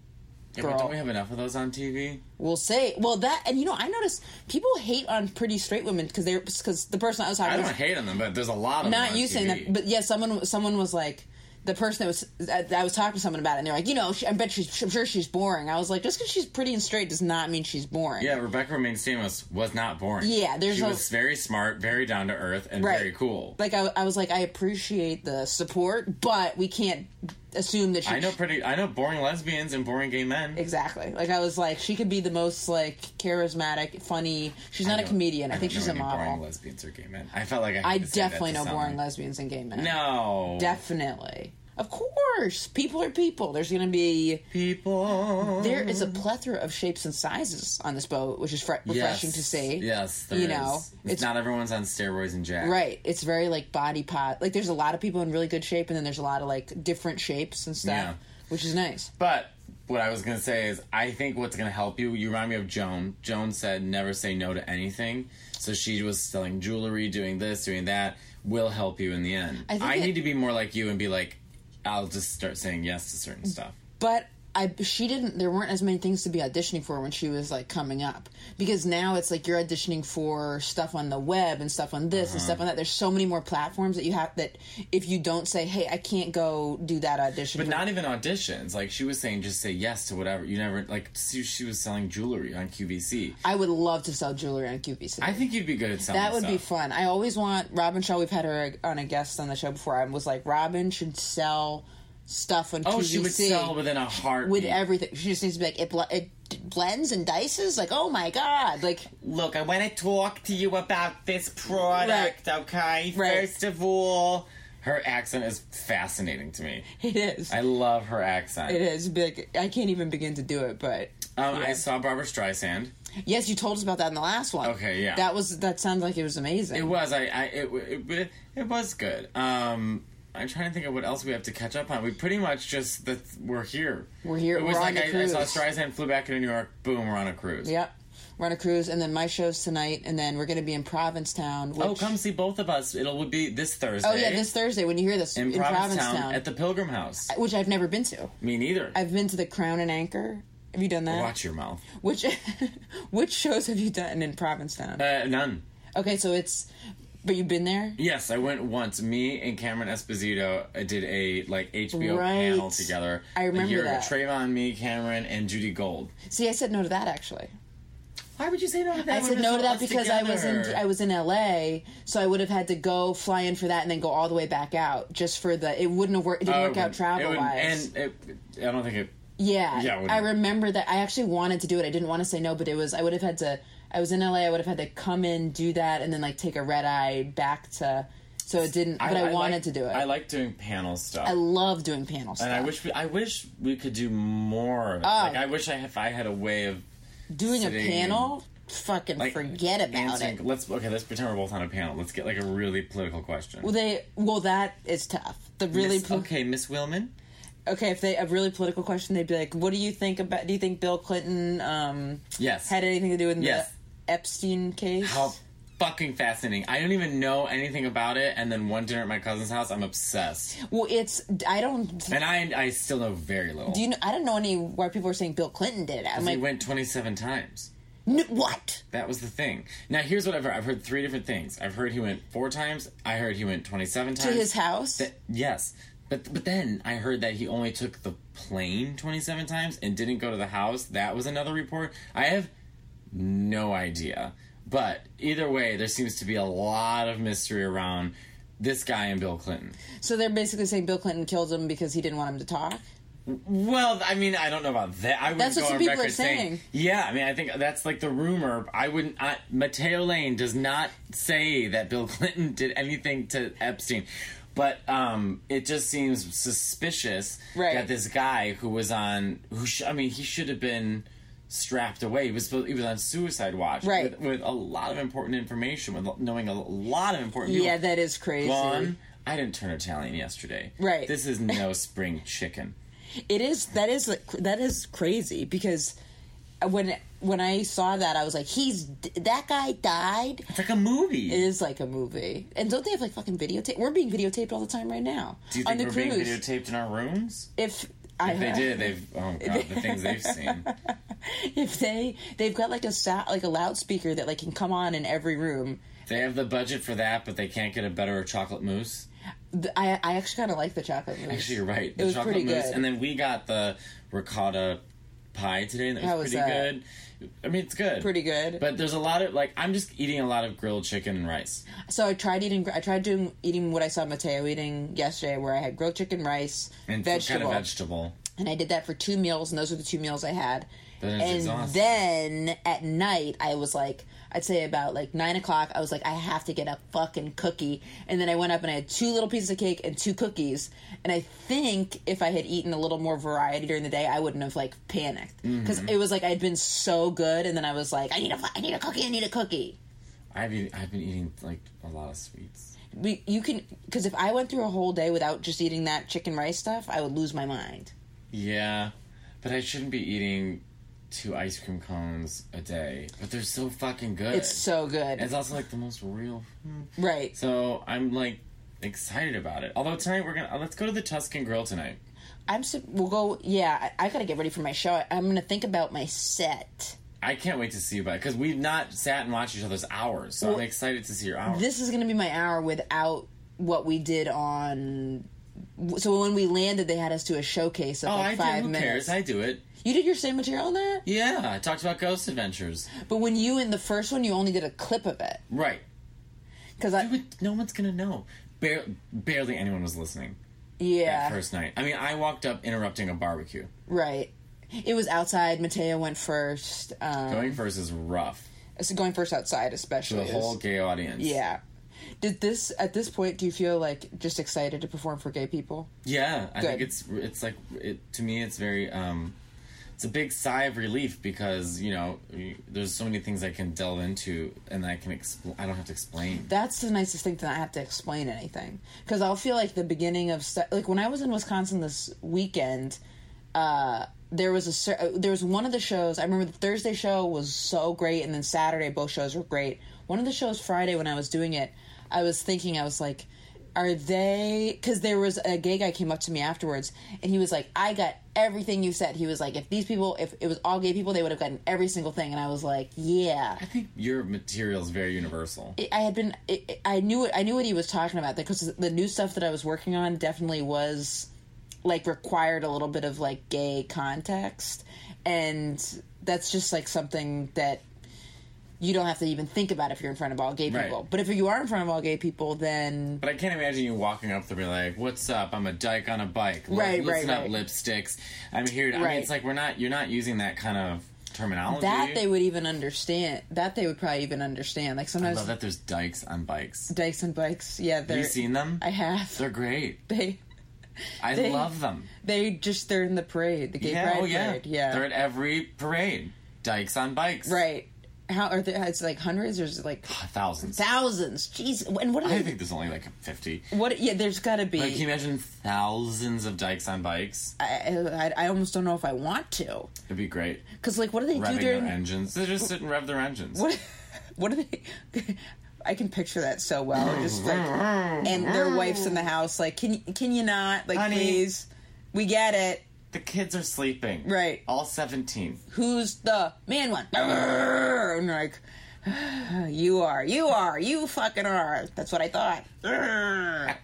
Speaker 1: Yeah,
Speaker 2: girl.
Speaker 1: but don't we have enough of those on TV?
Speaker 2: we'll say, well, that and you know, I notice people hate on pretty straight women because they're because the person I was talking
Speaker 1: I
Speaker 2: to
Speaker 1: don't hate on them, but there's a lot of them
Speaker 2: not
Speaker 1: on
Speaker 2: you saying
Speaker 1: TV.
Speaker 2: that, but yeah, someone someone was like the person that was I, I was talking to someone about it, and they're like, you know, she, I bet she's, I'm sure she's boring. I was like, just because she's pretty and straight does not mean she's boring.
Speaker 1: Yeah, Rebecca Remains Famous was not boring.
Speaker 2: Yeah, there's
Speaker 1: she
Speaker 2: no-
Speaker 1: was very smart, very down to earth, and
Speaker 2: Right.
Speaker 1: very cool.
Speaker 2: like I, I was like I appreciate the support, but we can't assume that she.
Speaker 1: I know pretty. I know boring lesbians and boring gay men.
Speaker 2: exactly. Like I was like she could be the most like charismatic, funny. She's not a comedian. I, think
Speaker 1: don't
Speaker 2: she's
Speaker 1: know
Speaker 2: a
Speaker 1: any Boring
Speaker 2: model.
Speaker 1: lesbians or gay men. I felt like I. Had
Speaker 2: I
Speaker 1: to say that
Speaker 2: definitely
Speaker 1: to
Speaker 2: know
Speaker 1: someone.
Speaker 2: boring lesbians and gay men.
Speaker 1: No.
Speaker 2: definitely. Of course, people are people. There's gonna be
Speaker 1: people.
Speaker 2: there is a
Speaker 1: Mm-hmm.
Speaker 2: plethora of shapes and sizes on this boat, which is fre- refreshing to see.
Speaker 1: Yes, there
Speaker 2: You
Speaker 1: is.
Speaker 2: know,
Speaker 1: it's,
Speaker 2: it's-
Speaker 1: not everyone's on steroids and jack.
Speaker 2: Right. It's very like body pot. Like there's a lot of people in really good shape, and then there's a lot of like different shapes and stuff,
Speaker 1: Yeah.
Speaker 2: which is nice.
Speaker 1: But what I was gonna say is, I think what's gonna help you. You remind me of Joan. Joan said, "Never say no to anything." So she was selling jewelry, doing this, doing that. Will help you in the end. I,
Speaker 2: think it-
Speaker 1: need to be more like you and be like, I'll just start saying yes to certain
Speaker 2: Mm.
Speaker 1: stuff.
Speaker 2: but I she didn't there weren't as many things to be auditioning for when she was like coming up because now it's like you're auditioning for stuff on the web and stuff on this and
Speaker 1: Uh-huh.
Speaker 2: stuff on that there's so many more platforms that you have that if you don't say hey I can't go do that audition
Speaker 1: But not even auditions. Like she was saying, just say yes to whatever. You never like. She, she was selling jewelry on QVC.
Speaker 2: I would love to sell jewelry on QVC
Speaker 1: I think you'd be good at selling.
Speaker 2: that would be
Speaker 1: stuff.
Speaker 2: fun I always want Robin Shaw we've had her on a guest on the show before I was like Robin should sell stuff on
Speaker 1: Oh,
Speaker 2: QVC
Speaker 1: she would sell within a heart.
Speaker 2: with everything she just needs to be like it, bl- it blends and dices. Like, oh my god! Like,
Speaker 1: Look, I want to talk to you about this product, okay?
Speaker 2: Right.
Speaker 1: First of all, her accent is fascinating to me.
Speaker 2: it is.
Speaker 1: I love her accent.
Speaker 2: it is big. I can't even begin to do it, but
Speaker 1: Um, I saw Barbara Streisand.
Speaker 2: yes, you told us about that in the last one.
Speaker 1: Okay, yeah.
Speaker 2: That was that sounds like it was amazing.
Speaker 1: It was. I. I it, it, it, it was good. Um, I'm trying to think of what else we have to catch up on. We pretty much just that we're here.
Speaker 2: We're here.
Speaker 1: It was
Speaker 2: We're on
Speaker 1: like
Speaker 2: the
Speaker 1: I,
Speaker 2: cruise.
Speaker 1: I saw Streisand flew back into New York. Boom, we're on a cruise.
Speaker 2: Yep. We're on a cruise, and then my show's tonight, and then we're going to be in Provincetown. Which,
Speaker 1: Oh, come see both of us. It'll be this Thursday.
Speaker 2: Oh, yeah, this Thursday when you hear this
Speaker 1: in,
Speaker 2: in,
Speaker 1: Provincetown,
Speaker 2: Provincetown,
Speaker 1: at the Pilgrim House.
Speaker 2: which I've never been to.
Speaker 1: Me neither.
Speaker 2: I've been to the Crown and Anchor. Have you done that?
Speaker 1: Watch your mouth.
Speaker 2: Which which shows have you done in Provincetown?
Speaker 1: Uh, none.
Speaker 2: Okay, so it's but you've been there.
Speaker 1: Yes, I went once. Me and Cameron Esposito uh, did a like HBO
Speaker 2: Right.
Speaker 1: panel together.
Speaker 2: I remember
Speaker 1: a year
Speaker 2: that.
Speaker 1: Ago. Trayvon, me, Cameron, and Judy Gold.
Speaker 2: See, I said no to that actually.
Speaker 1: Why would you say no to that?
Speaker 2: I said no to that because I was in I was in LA, so I would have had to go fly in for that and then go all the way back out just for the. It wouldn't have worked. It didn't
Speaker 1: Oh, it
Speaker 2: work out
Speaker 1: wouldn't- it
Speaker 2: travel
Speaker 1: wouldn't-
Speaker 2: wise.
Speaker 1: And it, I don't think it.
Speaker 2: Yeah,
Speaker 1: Yeah, it would
Speaker 2: I
Speaker 1: be-
Speaker 2: remember that. I actually wanted to do it. I didn't want to say no, but it was I would have had to. I was in LA. I would have had to come in, do that, and then like take a red eye back to. So it didn't. But I, wanted
Speaker 1: like-
Speaker 2: to do it.
Speaker 1: I
Speaker 2: I,
Speaker 1: like doing panel stuff.
Speaker 2: love doing panel stuff. Oh.
Speaker 1: and I wish we, I wish we could do more. Of it. Like I wish I if I had a way of
Speaker 2: doing a
Speaker 1: sitting
Speaker 2: panel. Fucking
Speaker 1: like,
Speaker 2: forget about
Speaker 1: answering-
Speaker 2: it.
Speaker 1: Let's okay. Let's pretend we're both on a panel. Let's get like a really political question.
Speaker 2: Well, they well that is tough. The really
Speaker 1: Miss-
Speaker 2: po- okay.
Speaker 1: okay, Miss Willman.
Speaker 2: If they a really political question, they'd be like, "What do you think about? Do you think Bill Clinton um,
Speaker 1: Yes.
Speaker 2: had anything to do with
Speaker 1: Yes.
Speaker 2: the Epstein case?"
Speaker 1: How fucking fascinating. I don't even know anything about it, and then one dinner at my cousin's house, I'm obsessed.
Speaker 2: Well, it's I don't
Speaker 1: And I I still know very little.
Speaker 2: Do you know? I don't know any where people are saying Bill Clinton did it. I'm
Speaker 1: we
Speaker 2: like,
Speaker 1: went 27 times.
Speaker 2: "N- what?
Speaker 1: That was the thing. Now, here's what I've heard. I've heard three different things. I've heard he went four times. I heard he went 27 times.
Speaker 2: To his house?
Speaker 1: Yes. But, but then I heard that he only took the plane 27 times and didn't go to the house. That was another report. I have no idea. But either way, there seems to be a lot of mystery around this guy and Bill Clinton.
Speaker 2: so they're basically saying Bill Clinton killed him because he didn't want him to talk.
Speaker 1: Well, I mean, I don't know about that. I wouldn't
Speaker 2: That's what
Speaker 1: go
Speaker 2: some
Speaker 1: on
Speaker 2: people are
Speaker 1: record saying,
Speaker 2: saying.
Speaker 1: Yeah, I mean, I think that's like the rumor. I wouldn't. I, Mateo Lane does not say that Bill Clinton did anything to Epstein, but um, it just seems suspicious
Speaker 2: Right.
Speaker 1: that this guy who was on, who sh- I mean, he should have been strapped away. He was supposed- he was on suicide watch,
Speaker 2: Right.
Speaker 1: With, with a lot of important information, with knowing a lot of important people.
Speaker 2: Yeah, that is crazy.
Speaker 1: Gone. I didn't turn Italian yesterday.
Speaker 2: Right.
Speaker 1: This is no spring chicken.
Speaker 2: It is. That is like, cr- that is crazy because when when I saw that, I was like, "He's d- that guy died."
Speaker 1: It's like a movie.
Speaker 2: It is like a movie, and don't they have like fucking videotape? We're being videotaped all the time right now
Speaker 1: Do you
Speaker 2: on
Speaker 1: think
Speaker 2: the
Speaker 1: we're
Speaker 2: cruise.
Speaker 1: being videotaped in our rooms?
Speaker 2: if I
Speaker 1: If they did, they've oh god, the things they've seen.
Speaker 2: if they they've got like a sa- like a loudspeaker that like can come on in every room
Speaker 1: They have the budget for that, but they can't get a better chocolate mousse.
Speaker 2: Th- I, I actually kind of like the chocolate mousse.
Speaker 1: Actually, you're right. The
Speaker 2: was
Speaker 1: chocolate
Speaker 2: pretty
Speaker 1: mousse,
Speaker 2: good.
Speaker 1: and then we got the ricotta pie today, and it was,
Speaker 2: How was
Speaker 1: pretty
Speaker 2: that?
Speaker 1: good. I mean, it's good.
Speaker 2: Pretty good.
Speaker 1: But there's a lot of like I'm just eating a lot of grilled chicken and rice.
Speaker 2: so I tried eating. I tried doing eating what I saw Mateo eating yesterday, where I had grilled chicken, rice,
Speaker 1: And some
Speaker 2: vegetable,
Speaker 1: kind of vegetable.
Speaker 2: and I did that for two meals, and those were the two meals I had.
Speaker 1: That is
Speaker 2: and
Speaker 1: exhausting.
Speaker 2: then at night, I was like, I'd say about like nine o'clock, I was like, I have to get a fucking cookie. And then I went up and I had two little pieces of cake and two cookies. And I think if I had eaten a little more variety during the day, I wouldn't have like panicked
Speaker 1: Mm-hmm.
Speaker 2: because it was like I'd been so good, and then I was like, I need a, fu- I need a cookie, I need a cookie.
Speaker 1: I've eat, I've been eating like a lot of sweets.
Speaker 2: We, you can because if I went through a whole day without just eating that chicken rice stuff, I would lose my mind.
Speaker 1: Yeah, but I shouldn't be eating two ice cream cones a day. But they're so fucking good.
Speaker 2: It's so good,
Speaker 1: It's also like the most real. food.
Speaker 2: right?
Speaker 1: So I'm like excited about it. Although tonight we're gonna let's go to the Tuscan Grill tonight.
Speaker 2: I'm. sup- We'll go. Yeah, I, I gotta get ready for my show. I, I'm gonna think about my set.
Speaker 1: I can't wait to see you about because we've not sat and watched each other's hours. So I'm excited to see your hours.
Speaker 2: This is gonna be my hour without what we did on. So when we landed, they had us do a showcase of
Speaker 1: oh, I
Speaker 2: like
Speaker 1: do.
Speaker 2: five
Speaker 1: Who
Speaker 2: minutes.
Speaker 1: cares? I do it.
Speaker 2: you did your same material on that,
Speaker 1: Yeah, I talked about Ghost Adventures.
Speaker 2: but when you in the first one, you only did a clip of it
Speaker 1: Right.
Speaker 2: because I.
Speaker 1: But no one's gonna know. Bare- barely anyone was listening
Speaker 2: yeah.
Speaker 1: first night. I mean, I walked up interrupting a barbecue.
Speaker 2: Right. It was outside. Mateo went first. Um,
Speaker 1: Going first is rough.
Speaker 2: so going first outside, especially
Speaker 1: The
Speaker 2: is-
Speaker 1: whole gay audience.
Speaker 2: Yeah. Did this at this point? Do you feel like just excited to perform for gay people?
Speaker 1: Yeah, I think
Speaker 2: Good.
Speaker 1: it's it's like it to me. It's very um, it's a big sigh of relief because you know y- there's so many things I can delve into and I can expl- I don't have to explain.
Speaker 2: That's the nicest thing to not have to explain anything because I'll feel like the beginning of st- like when I was in Wisconsin this weekend. Uh, there was a cer- uh, there was one of the shows. I remember the Thursday show was so great, and then Saturday both shows were great. One of the shows Friday when I was doing it, I was thinking I was like, are they? Because there was a gay guy came up to me afterwards, and he was like, I got everything you said. He was like, if these people, if it was all gay people, they would have gotten every single thing. And I was like, yeah.
Speaker 1: I think your material is very universal.
Speaker 2: I- I had been. I- I I knew. I knew what he was talking about because the new stuff that I was working on definitely was like required a little bit of like gay context, and that's just like something that you don't have to even think about if you're in front of all gay
Speaker 1: Right.
Speaker 2: people. But if you are in front of all gay people, then
Speaker 1: But I can't imagine you walking up to be like, "What's up? I'm a dyke on a bike. L-
Speaker 2: Right,
Speaker 1: listen
Speaker 2: right,
Speaker 1: up,
Speaker 2: right.
Speaker 1: lipsticks. I'm here." To, I mean,
Speaker 2: Right.
Speaker 1: it's like we're not. You're not using that kind of terminology.
Speaker 2: that they would even understand. That they would probably even understand. Like
Speaker 1: I
Speaker 2: sometimes
Speaker 1: love that there's dykes on bikes.
Speaker 2: dykes and bikes. Yeah, they're.
Speaker 1: Have you seen them?
Speaker 2: I have.
Speaker 1: They're great.
Speaker 2: They
Speaker 1: I
Speaker 2: They-
Speaker 1: love them.
Speaker 2: they just they're in the parade, the gay
Speaker 1: Yeah,
Speaker 2: pride
Speaker 1: oh yeah.
Speaker 2: parade. Yeah,
Speaker 1: They're at every parade. Dykes on bikes. Ah,
Speaker 2: Right. How are there? It's like hundreds, or is it like
Speaker 1: Thousands.
Speaker 2: thousands? Jeez. And what? Are
Speaker 1: I
Speaker 2: they,
Speaker 1: think there's only like 50.
Speaker 2: what? Yeah, there's got to be.
Speaker 1: Like, can you imagine thousands of dykes on bikes?
Speaker 2: I, I I almost don't know if I want to,
Speaker 1: It'd be great.
Speaker 2: because like, what do they
Speaker 1: Revving
Speaker 2: do during?
Speaker 1: their engines. They just sit and rev their engines.
Speaker 2: What? What do they? I can picture that so well. Just like, and their wife's in the house. Like, can you can you not? Like,
Speaker 1: Honey.
Speaker 2: please, we get it.
Speaker 1: The kids are sleeping.
Speaker 2: Right.
Speaker 1: All 17.
Speaker 2: Who's the man one? And you're like, you are, you are, you fucking are. That's what I thought.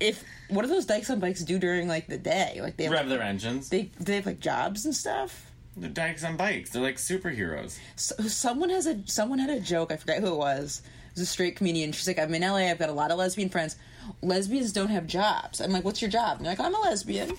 Speaker 2: If what do those dykes on bikes do during like the day? Like they have,
Speaker 1: Rev their engines.
Speaker 2: they they have like jobs and stuff.
Speaker 1: They're dykes on bikes. They're like superheroes.
Speaker 2: So, someone has a someone had a joke. I forget who it was. It was a straight comedian. She's like, I'm in LA. I've got a lot of lesbian friends. Lesbians don't have jobs. I'm like, what's your job? And they're like, I'm a lesbian.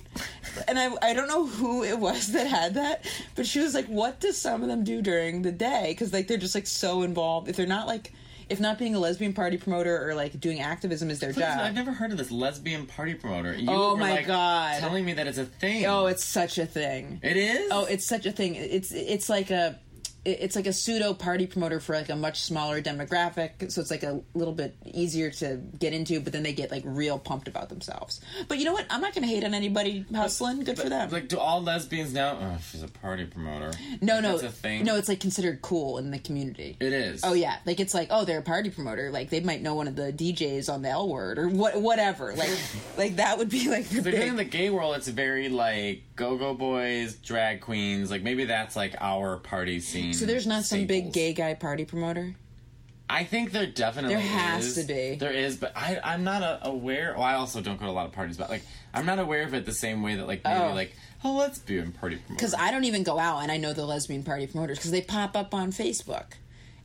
Speaker 2: And I I don't know who it was that had that, but she was like, what do some of them do during the day? Because like they're just like so involved. If they're not like if not being a lesbian party promoter or like doing activism is their
Speaker 1: I've
Speaker 2: job.
Speaker 1: never heard of this lesbian party promoter. You
Speaker 2: Oh
Speaker 1: were,
Speaker 2: my
Speaker 1: like,
Speaker 2: God.
Speaker 1: Telling me that it's a thing.
Speaker 2: Oh, it's such a thing.
Speaker 1: It is?
Speaker 2: Oh, it's such a thing. It's it's like a it- it's like a pseudo party promoter for like a much smaller demographic, so it's like a little bit easier to get into. But then they get like real pumped about themselves. But you know what? I'm not gonna hate on anybody hustling. Good for them.
Speaker 1: Like, do all lesbians now? Oh, she's a party promoter.
Speaker 2: no, no,
Speaker 1: That's a thing.
Speaker 2: no. It's like considered cool in the community.
Speaker 1: It is.
Speaker 2: Oh yeah, like it's like oh they're a party promoter. Like they might know one of the DJs on the L Word or what whatever. Like like that would be like the
Speaker 1: Because in
Speaker 2: big.
Speaker 1: the gay world, it's very like go go boys, drag queens. Like maybe that's like our party scene.
Speaker 2: So there's not some big
Speaker 1: staples.
Speaker 2: gay guy party promoter.
Speaker 1: I think there definitely
Speaker 2: There has
Speaker 1: is.
Speaker 2: to be.
Speaker 1: There is, but I I'm not uh aware. Well, I also don't go to a lot of parties, but like I'm not aware of it the same way that like maybe
Speaker 2: Oh.
Speaker 1: like oh let's be in party promoter.
Speaker 2: because I don't even go out and I know the lesbian party promoters because they pop up on Facebook.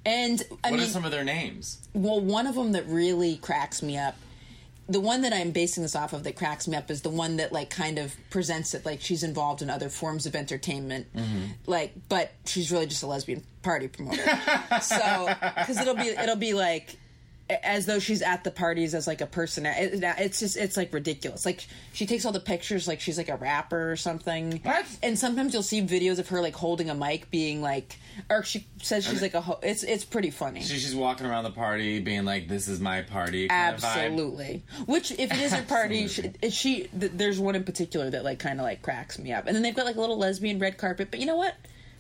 Speaker 2: And I
Speaker 1: what
Speaker 2: mean,
Speaker 1: are some of their names?
Speaker 2: well, one of them that really cracks me up, the one that I'm basing this off of that cracks me up is the one that like kind of presents it like she's involved in other forms of entertainment, like, but she's really just a lesbian party promoter. so, because it'll be it'll be like a- as though she's at the parties as like a person. It- it- It's just it's like ridiculous. Like she takes all the pictures like she's like a rapper or something.
Speaker 1: What?
Speaker 2: And sometimes you'll see videos of her like holding a mic, being like, or she says she's like a. Ho- it's it's pretty funny.
Speaker 1: She, she's walking around the party, being like, "This is my party." Kind of vibe.
Speaker 2: Absolutely. Which, if it is her party, she,
Speaker 1: Absolutely.
Speaker 2: if she th- there's one in particular that like kind of like cracks me up. And then they've got like a little lesbian red carpet. But you know what?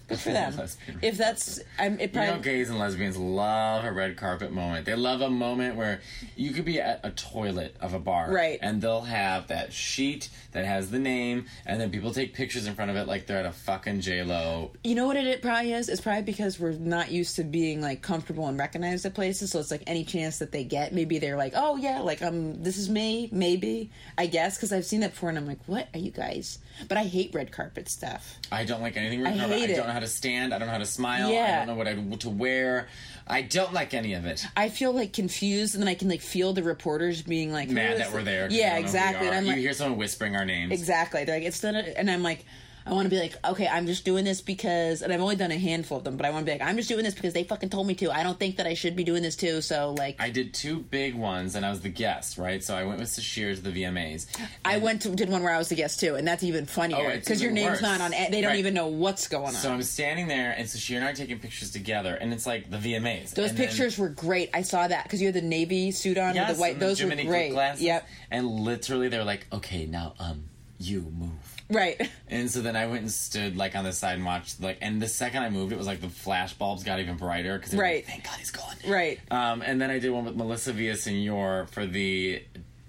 Speaker 2: Good for them.
Speaker 1: Lesbian red
Speaker 2: if that's, I'm, it
Speaker 1: You
Speaker 2: probably.
Speaker 1: know, gays and lesbians love a red carpet moment. They love a moment where you could be at a toilet of a bar,
Speaker 2: Right.
Speaker 1: And they'll have that sheet that has the name, and then people take pictures in front of it like they're at a fucking J Lo.
Speaker 2: You know what it, it probably is? It's probably because we're not used to being like comfortable and recognized at places. So it's like any chance that they get, maybe they're like, "Oh yeah, like um, this is me." Maybe I guess because I've seen that before, and I'm like, "What are you guys?" But I hate red carpet stuff.
Speaker 1: I don't like anything red
Speaker 2: I
Speaker 1: carpet. I
Speaker 2: hate
Speaker 1: don't
Speaker 2: it.
Speaker 1: know how to stand. I don't know how to smile. I
Speaker 2: Yeah.
Speaker 1: don't know what I what to wear. I don't like any of it.
Speaker 2: I feel like confused, and then I can like feel the reporters being like, "Who
Speaker 1: Mad
Speaker 2: is
Speaker 1: that we're
Speaker 2: it?"
Speaker 1: there. 'cause they don't
Speaker 2: Yeah,
Speaker 1: know who we
Speaker 2: exactly.
Speaker 1: are.
Speaker 2: And I'm
Speaker 1: you
Speaker 2: like,
Speaker 1: hear someone whispering our names.
Speaker 2: exactly. They're like, it's not, a, and I'm like, I want to be like, okay, I'm just doing this because, and I've only done a handful of them, but I want to be like, I'm just doing this because they fucking told me to. I don't think that I should be doing this too. So like,
Speaker 1: I did two big ones, and I was the guest, right? So I went with Sashir to the VMAs.
Speaker 2: I went to did one where I was the guest too, and that's even funnier
Speaker 1: Oh, it's
Speaker 2: because your
Speaker 1: even worse.
Speaker 2: name's not on. it. They don't
Speaker 1: Right.
Speaker 2: even know what's going on.
Speaker 1: So I'm standing there, and Sashir and I are taking pictures together, and it's like the VMAs.
Speaker 2: those
Speaker 1: And then-
Speaker 2: pictures were great. I saw that because you had the navy suit on
Speaker 1: Yes,
Speaker 2: with the white.
Speaker 1: and
Speaker 2: Those
Speaker 1: Jiminy
Speaker 2: were
Speaker 1: Click
Speaker 2: great.
Speaker 1: Glasses.
Speaker 2: Yep.
Speaker 1: And literally, they were like, "Okay, now, um, you move."
Speaker 2: Right.
Speaker 1: And so then I went and stood like on the side and watched like, and the second I moved, it was like the flash bulbs got even brighter because
Speaker 2: Right.
Speaker 1: Like, Thank God he's gone.
Speaker 2: Right.
Speaker 1: Um, and then I did one with Melissa Villasenor for the,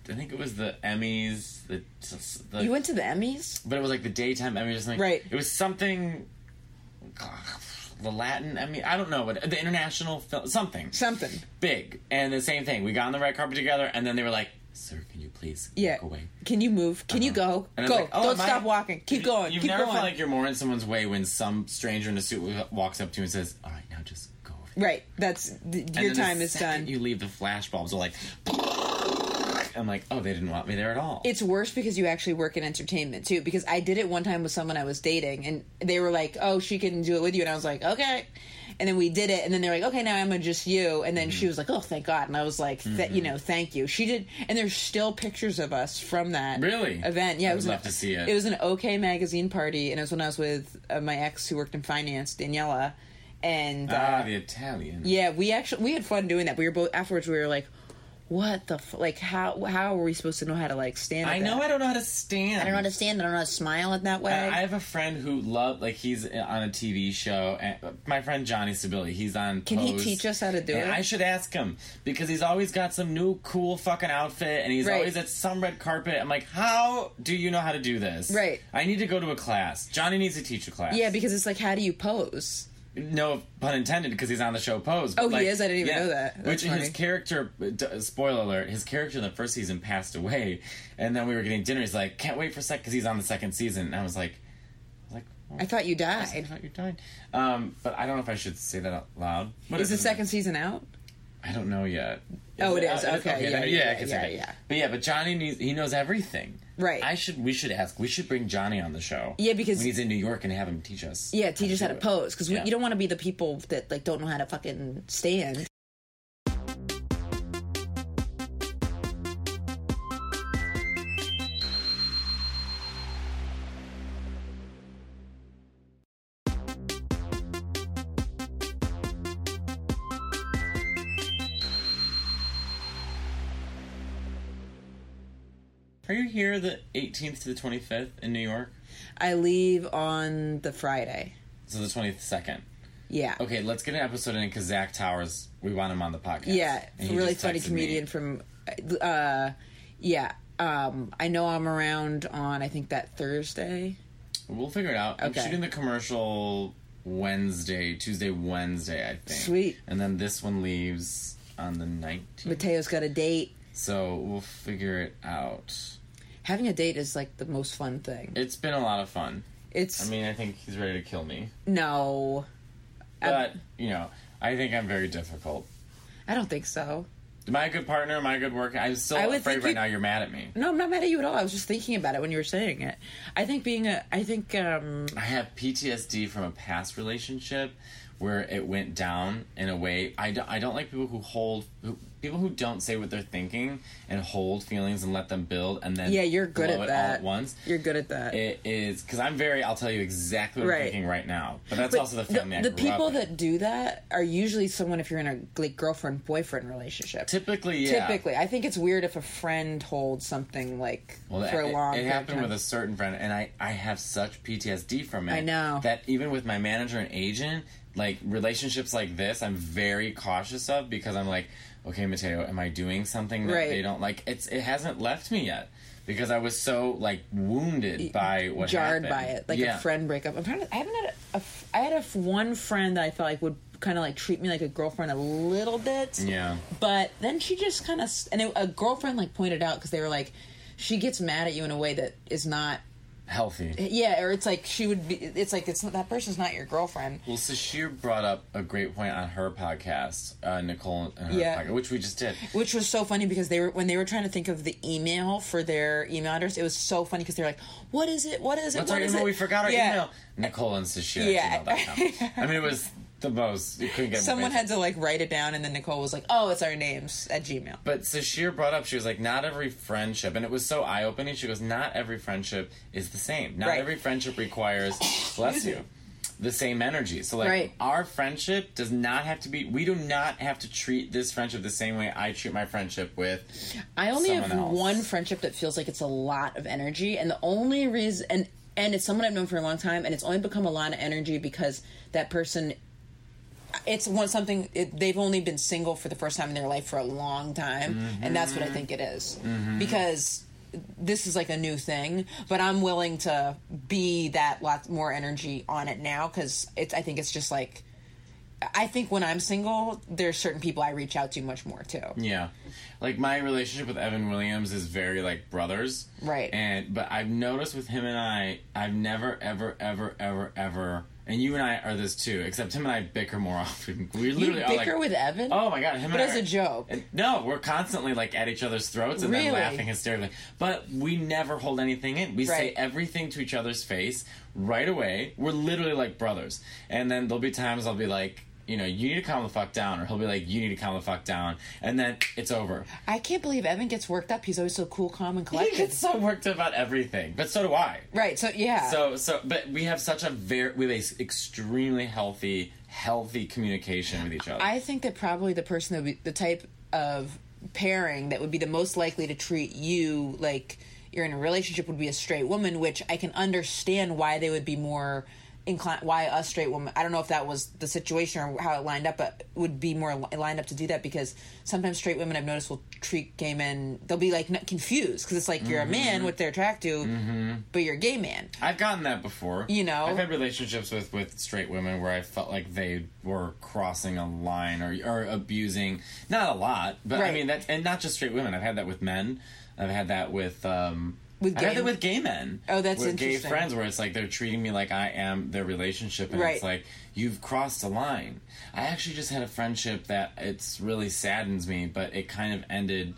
Speaker 1: I think it was the Emmys. The, the
Speaker 2: You went to the Emmys.
Speaker 1: but it was like the daytime Emmy or something.
Speaker 2: Right.
Speaker 1: It was something. The Latin Emmy, I don't know, but the international film, something
Speaker 2: Something.
Speaker 1: big, and the same thing. We got on the red carpet together, and then they were like, "Sir, can you please
Speaker 2: Yeah.
Speaker 1: walk away?"
Speaker 2: Can you move? Can you go?
Speaker 1: And I was
Speaker 2: go.
Speaker 1: like, oh,
Speaker 2: don't
Speaker 1: am I-
Speaker 2: stop walking. Keep going.
Speaker 1: You've
Speaker 2: Keep
Speaker 1: never
Speaker 2: going.
Speaker 1: felt like you're more in someone's way when some stranger in a suit walks up to you and says, "All right, now just go." Over here."
Speaker 2: right. That's th-
Speaker 1: And
Speaker 2: your
Speaker 1: then the
Speaker 2: time is
Speaker 1: second
Speaker 2: done.
Speaker 1: You leave the flashbulbs are like. I'm like, oh, they didn't want me there at all.
Speaker 2: it's worse because you actually work in entertainment too. Because I did it one time with someone I was dating, and they were like, "Oh, she can do it with you," and I was like, "Okay." And then we did it, and then they're like, "Okay, now I'm gonna just you." And then
Speaker 1: Mm-hmm.
Speaker 2: she was like, "Oh, thank God!" And I was like, th- "You know, thank you." She did, and there's still pictures of us from that
Speaker 1: Really?
Speaker 2: event. Yeah,
Speaker 1: I
Speaker 2: it was
Speaker 1: would
Speaker 2: an-
Speaker 1: love to see it.
Speaker 2: It was an OK magazine party, and it was when I was with uh, my ex who worked in finance, Daniela, and uh,
Speaker 1: ah, the Italian.
Speaker 2: yeah, we actually we had fun doing that. We were both afterwards. We were like, "What the f-? like? How how are we supposed to know how to like stand?" at
Speaker 1: I know
Speaker 2: that?
Speaker 1: I don't know how to stand.
Speaker 2: I don't understand. I don't know how to smile in that way.
Speaker 1: I have a friend who loved, like, he's on a TV show. And uh, my friend Johnny Sibili, he's on.
Speaker 2: Can he
Speaker 1: Pose.
Speaker 2: teach us how to do
Speaker 1: And
Speaker 2: it?
Speaker 1: I should ask him because he's always got some new cool fucking outfit, and he's
Speaker 2: Right.
Speaker 1: always at some red carpet. I'm like, how do you know how to do this?
Speaker 2: Right.
Speaker 1: I need to go to a class. Johnny needs to teach a class.
Speaker 2: yeah, because it's like, how do you pose?
Speaker 1: no pun intended, because he's on the show Pose. but,
Speaker 2: Oh, he is? I didn't even know that.
Speaker 1: which
Speaker 2: That's funny.
Speaker 1: his character, uh, d- spoiler alert, his character in the first season passed away, and then we were getting dinner. He's like, can't wait for sec because he's on the second season, and I was like, I was like. oh,
Speaker 2: I thought you died.
Speaker 1: I thought you died. Um, but I don't know if I should say that out loud. What
Speaker 2: Is the
Speaker 1: it?
Speaker 2: second season out?
Speaker 1: I don't know yet.
Speaker 2: Oh, it is.
Speaker 1: out?
Speaker 2: Okay, yeah,
Speaker 1: there-
Speaker 2: yeah,
Speaker 1: I can say
Speaker 2: yeah,
Speaker 1: that.
Speaker 2: yeah.
Speaker 1: But yeah, but Johnny needs. He knows everything.
Speaker 2: Right.
Speaker 1: I should. We should ask. We should bring Johnny on the show.
Speaker 2: Yeah, because-
Speaker 1: when he's in New York and have him teach us.
Speaker 2: Yeah, teach us how
Speaker 1: do
Speaker 2: to
Speaker 1: it.
Speaker 2: pose because
Speaker 1: Yeah.
Speaker 2: you don't want to be the people that like don't know how to fucking stand.
Speaker 1: Are you here the 18th to the 25th in New York?
Speaker 2: I leave on the Friday.
Speaker 1: So the 22nd.
Speaker 2: Yeah.
Speaker 1: Okay, let's get an episode in because Zach Towers. We want him on the podcast.
Speaker 2: Yeah,
Speaker 1: And he
Speaker 2: really
Speaker 1: just
Speaker 2: funny
Speaker 1: texted me.
Speaker 2: comedian from. Uh, yeah, um, I know I'm around on I think that Thursday.
Speaker 1: Mm-hmm. We'll figure it out. I'm
Speaker 2: Okay.
Speaker 1: shooting the commercial Wednesday, Tuesday, Wednesday, I think.
Speaker 2: Sweet.
Speaker 1: And then this one leaves on the 19th.
Speaker 2: Mateo's got a date.
Speaker 1: So we'll figure it out.
Speaker 2: Having a date is like the most fun thing.
Speaker 1: It's been a lot of fun.
Speaker 2: It's
Speaker 1: I mean, I think he's ready to kill me.
Speaker 2: no, Um,
Speaker 1: But, you know, I think I'm very difficult.
Speaker 2: I don't think so.
Speaker 1: Am I a good partner? Am I a good worker? I'm still
Speaker 2: I would
Speaker 1: afraid
Speaker 2: think
Speaker 1: right
Speaker 2: you-
Speaker 1: now you're mad at me.
Speaker 2: No, I'm not mad at you at all. I was just thinking about it when you were saying it. I think being a, I think, um,
Speaker 1: I have PTSD from a past relationship where it went down in a way. I, don't- I don't like people who hold, who, people who don't say what they're thinking and hold feelings and let them build and then
Speaker 2: yeah, you're
Speaker 1: blow
Speaker 2: good at
Speaker 1: it all
Speaker 2: that.
Speaker 1: at once.
Speaker 2: You're good at that.
Speaker 1: It is because I'm very. I'll tell you exactly what I'm
Speaker 2: Right.
Speaker 1: thinking right now. But that's
Speaker 2: But
Speaker 1: also the family. I
Speaker 2: the
Speaker 1: grew
Speaker 2: people
Speaker 1: up in.
Speaker 2: that do that are usually someone if you're in a like girlfriend boyfriend relationship.
Speaker 1: typically, yeah,
Speaker 2: Typically, I think it's weird if a friend holds something like
Speaker 1: Well,
Speaker 2: for a
Speaker 1: it-
Speaker 2: long.
Speaker 1: It,
Speaker 2: period of
Speaker 1: happened
Speaker 2: time.
Speaker 1: with a certain friend, and I, I have such PTSD from it.
Speaker 2: I know.
Speaker 1: that even with my manager and agent, like relationships like this, I'm very cautious of because I'm like, okay, Mateo, am I doing something that
Speaker 2: Right.
Speaker 1: they don't like? It's it hasn't left me yet because I was so like wounded by what
Speaker 2: jarred
Speaker 1: happened.
Speaker 2: by it, like
Speaker 1: Yeah.
Speaker 2: a friend breakup. I'm trying to. I haven't had a. a f- I had a f- one friend that I felt like would kind of like treat me like a girlfriend a little bit.
Speaker 1: Yeah.
Speaker 2: But then she just kind of and it, a girlfriend like pointed out because they were like, she gets mad at you in a way that is not.
Speaker 1: Healthy.
Speaker 2: Yeah, or it's like she would be. It's like it's not, that person's not your girlfriend.
Speaker 1: Well, Sashir brought up a great point on her podcast, uh, Nicole and her
Speaker 2: Yeah.
Speaker 1: podcast, which we just did.
Speaker 2: Which was so funny because they were when they were trying to think of the email for their email address, it was so funny because they're like, What is it? What is it?
Speaker 1: What's
Speaker 2: What
Speaker 1: our
Speaker 2: is
Speaker 1: email?
Speaker 2: it?
Speaker 1: We forgot our
Speaker 2: Yeah.
Speaker 1: email. Nicole and Sashia.
Speaker 2: Yeah.
Speaker 1: I mean, it was the most. You couldn't get more
Speaker 2: Someone
Speaker 1: basic.
Speaker 2: had to like write it down, and then Nicole was like, "Oh, it's our names at Gmail."
Speaker 1: But Sashir brought up, she was like, not every friendship, and it was so eye opening. She goes, not every friendship is the same. Not
Speaker 2: Right.
Speaker 1: every friendship requires, bless you, the same energy. So, like,
Speaker 2: Right.
Speaker 1: our friendship does not have to be, we do not have to treat this friendship the same way I treat my friendship with.
Speaker 2: I only have
Speaker 1: someone else.
Speaker 2: one friendship that feels like it's a lot of energy, and the only reason and and it's someone I've known for a long time, and it's only become a lot of energy because that person. It's one something it, they've only been single for the first time in their life for a long time, and that's what I think it is.
Speaker 1: Mm-hmm.
Speaker 2: because this is like a new thing. But I'm willing to be that lot more energy on it now because it's. I think it's just like. I think when I'm single, there's certain people I reach out to much more too.
Speaker 1: Yeah. Like my relationship with Evan Williams is very like brothers.
Speaker 2: Right.
Speaker 1: And but I've noticed with him and I, I've never ever ever ever ever and you and I are this too, except him and I bicker more often. We
Speaker 2: You
Speaker 1: literally are
Speaker 2: bicker
Speaker 1: like,
Speaker 2: with Evan?
Speaker 1: Oh my god, him
Speaker 2: But
Speaker 1: and I are-
Speaker 2: as a joke.
Speaker 1: And- no, we're constantly like at each other's throats and
Speaker 2: Really?
Speaker 1: then laughing hysterically. But we never hold anything in. We say
Speaker 2: Right.
Speaker 1: everything to each other's face right away. We're literally like brothers. And then there'll be times I'll be like, you know, you need to calm the fuck down, or he'll be like, you need to calm the fuck down, and then it's over.
Speaker 2: I can't believe Evan gets worked up. He's always so cool, calm, and
Speaker 1: I
Speaker 2: collected.
Speaker 1: get so worked up about everything, but so do I.
Speaker 2: right. So yeah.
Speaker 1: So, so, but we have such a very, we have a s- extremely healthy, healthy communication with each other.
Speaker 2: I think that probably the person that would be the type of pairing that would be the most likely to treat you like you're in a relationship would be a straight woman, which I can understand why they would be more inclined. Why a straight woman? I don't know if that was the situation or how it lined up, but would be more li- lined up to do that because sometimes straight women I've noticed will treat gay men. They'll be like not confused because it's like you're a man, what they're attracted to, but you're a gay man.
Speaker 1: I've gotten that before.
Speaker 2: You know?
Speaker 1: I've had relationships with with straight women where I felt like they were crossing a line or or abusing. Not a lot, but I
Speaker 2: Right.
Speaker 1: mean that, and not just straight women. I've had that with men. I've had that with. um
Speaker 2: With
Speaker 1: I've had
Speaker 2: gay-
Speaker 1: that with gay men.
Speaker 2: Oh, that's
Speaker 1: with gay
Speaker 2: interesting.
Speaker 1: friends where it's like they're treating me like I am their relationship, and
Speaker 2: Right.
Speaker 1: it's like you've crossed a line. I actually just had a friendship that it's really saddens me, but it kind of ended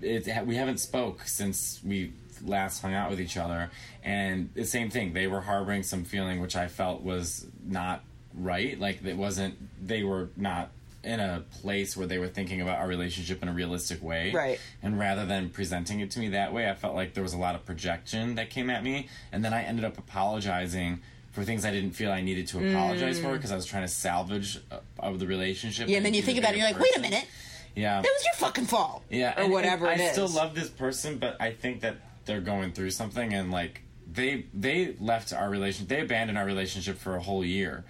Speaker 1: it, we haven't spoke since we last hung out with each other and the same thing they were harboring some feeling which i felt was not right like it wasn't they were not in a place where they were thinking about our relationship in a realistic way
Speaker 2: Right.
Speaker 1: and rather than presenting it to me that way i felt like there was a lot of projection that came at me and then i ended up apologizing for things i didn't feel i needed to apologize for because i was trying to salvage uh, of the relationship
Speaker 2: Mm. Yeah, and then you
Speaker 1: into
Speaker 2: think
Speaker 1: a
Speaker 2: about it,
Speaker 1: bigger
Speaker 2: you're like, wait a
Speaker 1: person.
Speaker 2: minute.
Speaker 1: yeah
Speaker 2: That was your fucking fault.
Speaker 1: yeah,
Speaker 2: Or
Speaker 1: and-
Speaker 2: whatever
Speaker 1: and
Speaker 2: it
Speaker 1: I
Speaker 2: is.
Speaker 1: still love this person, but I think that they're going through something, and like they they left our relationship, they abandoned our relationship for a whole year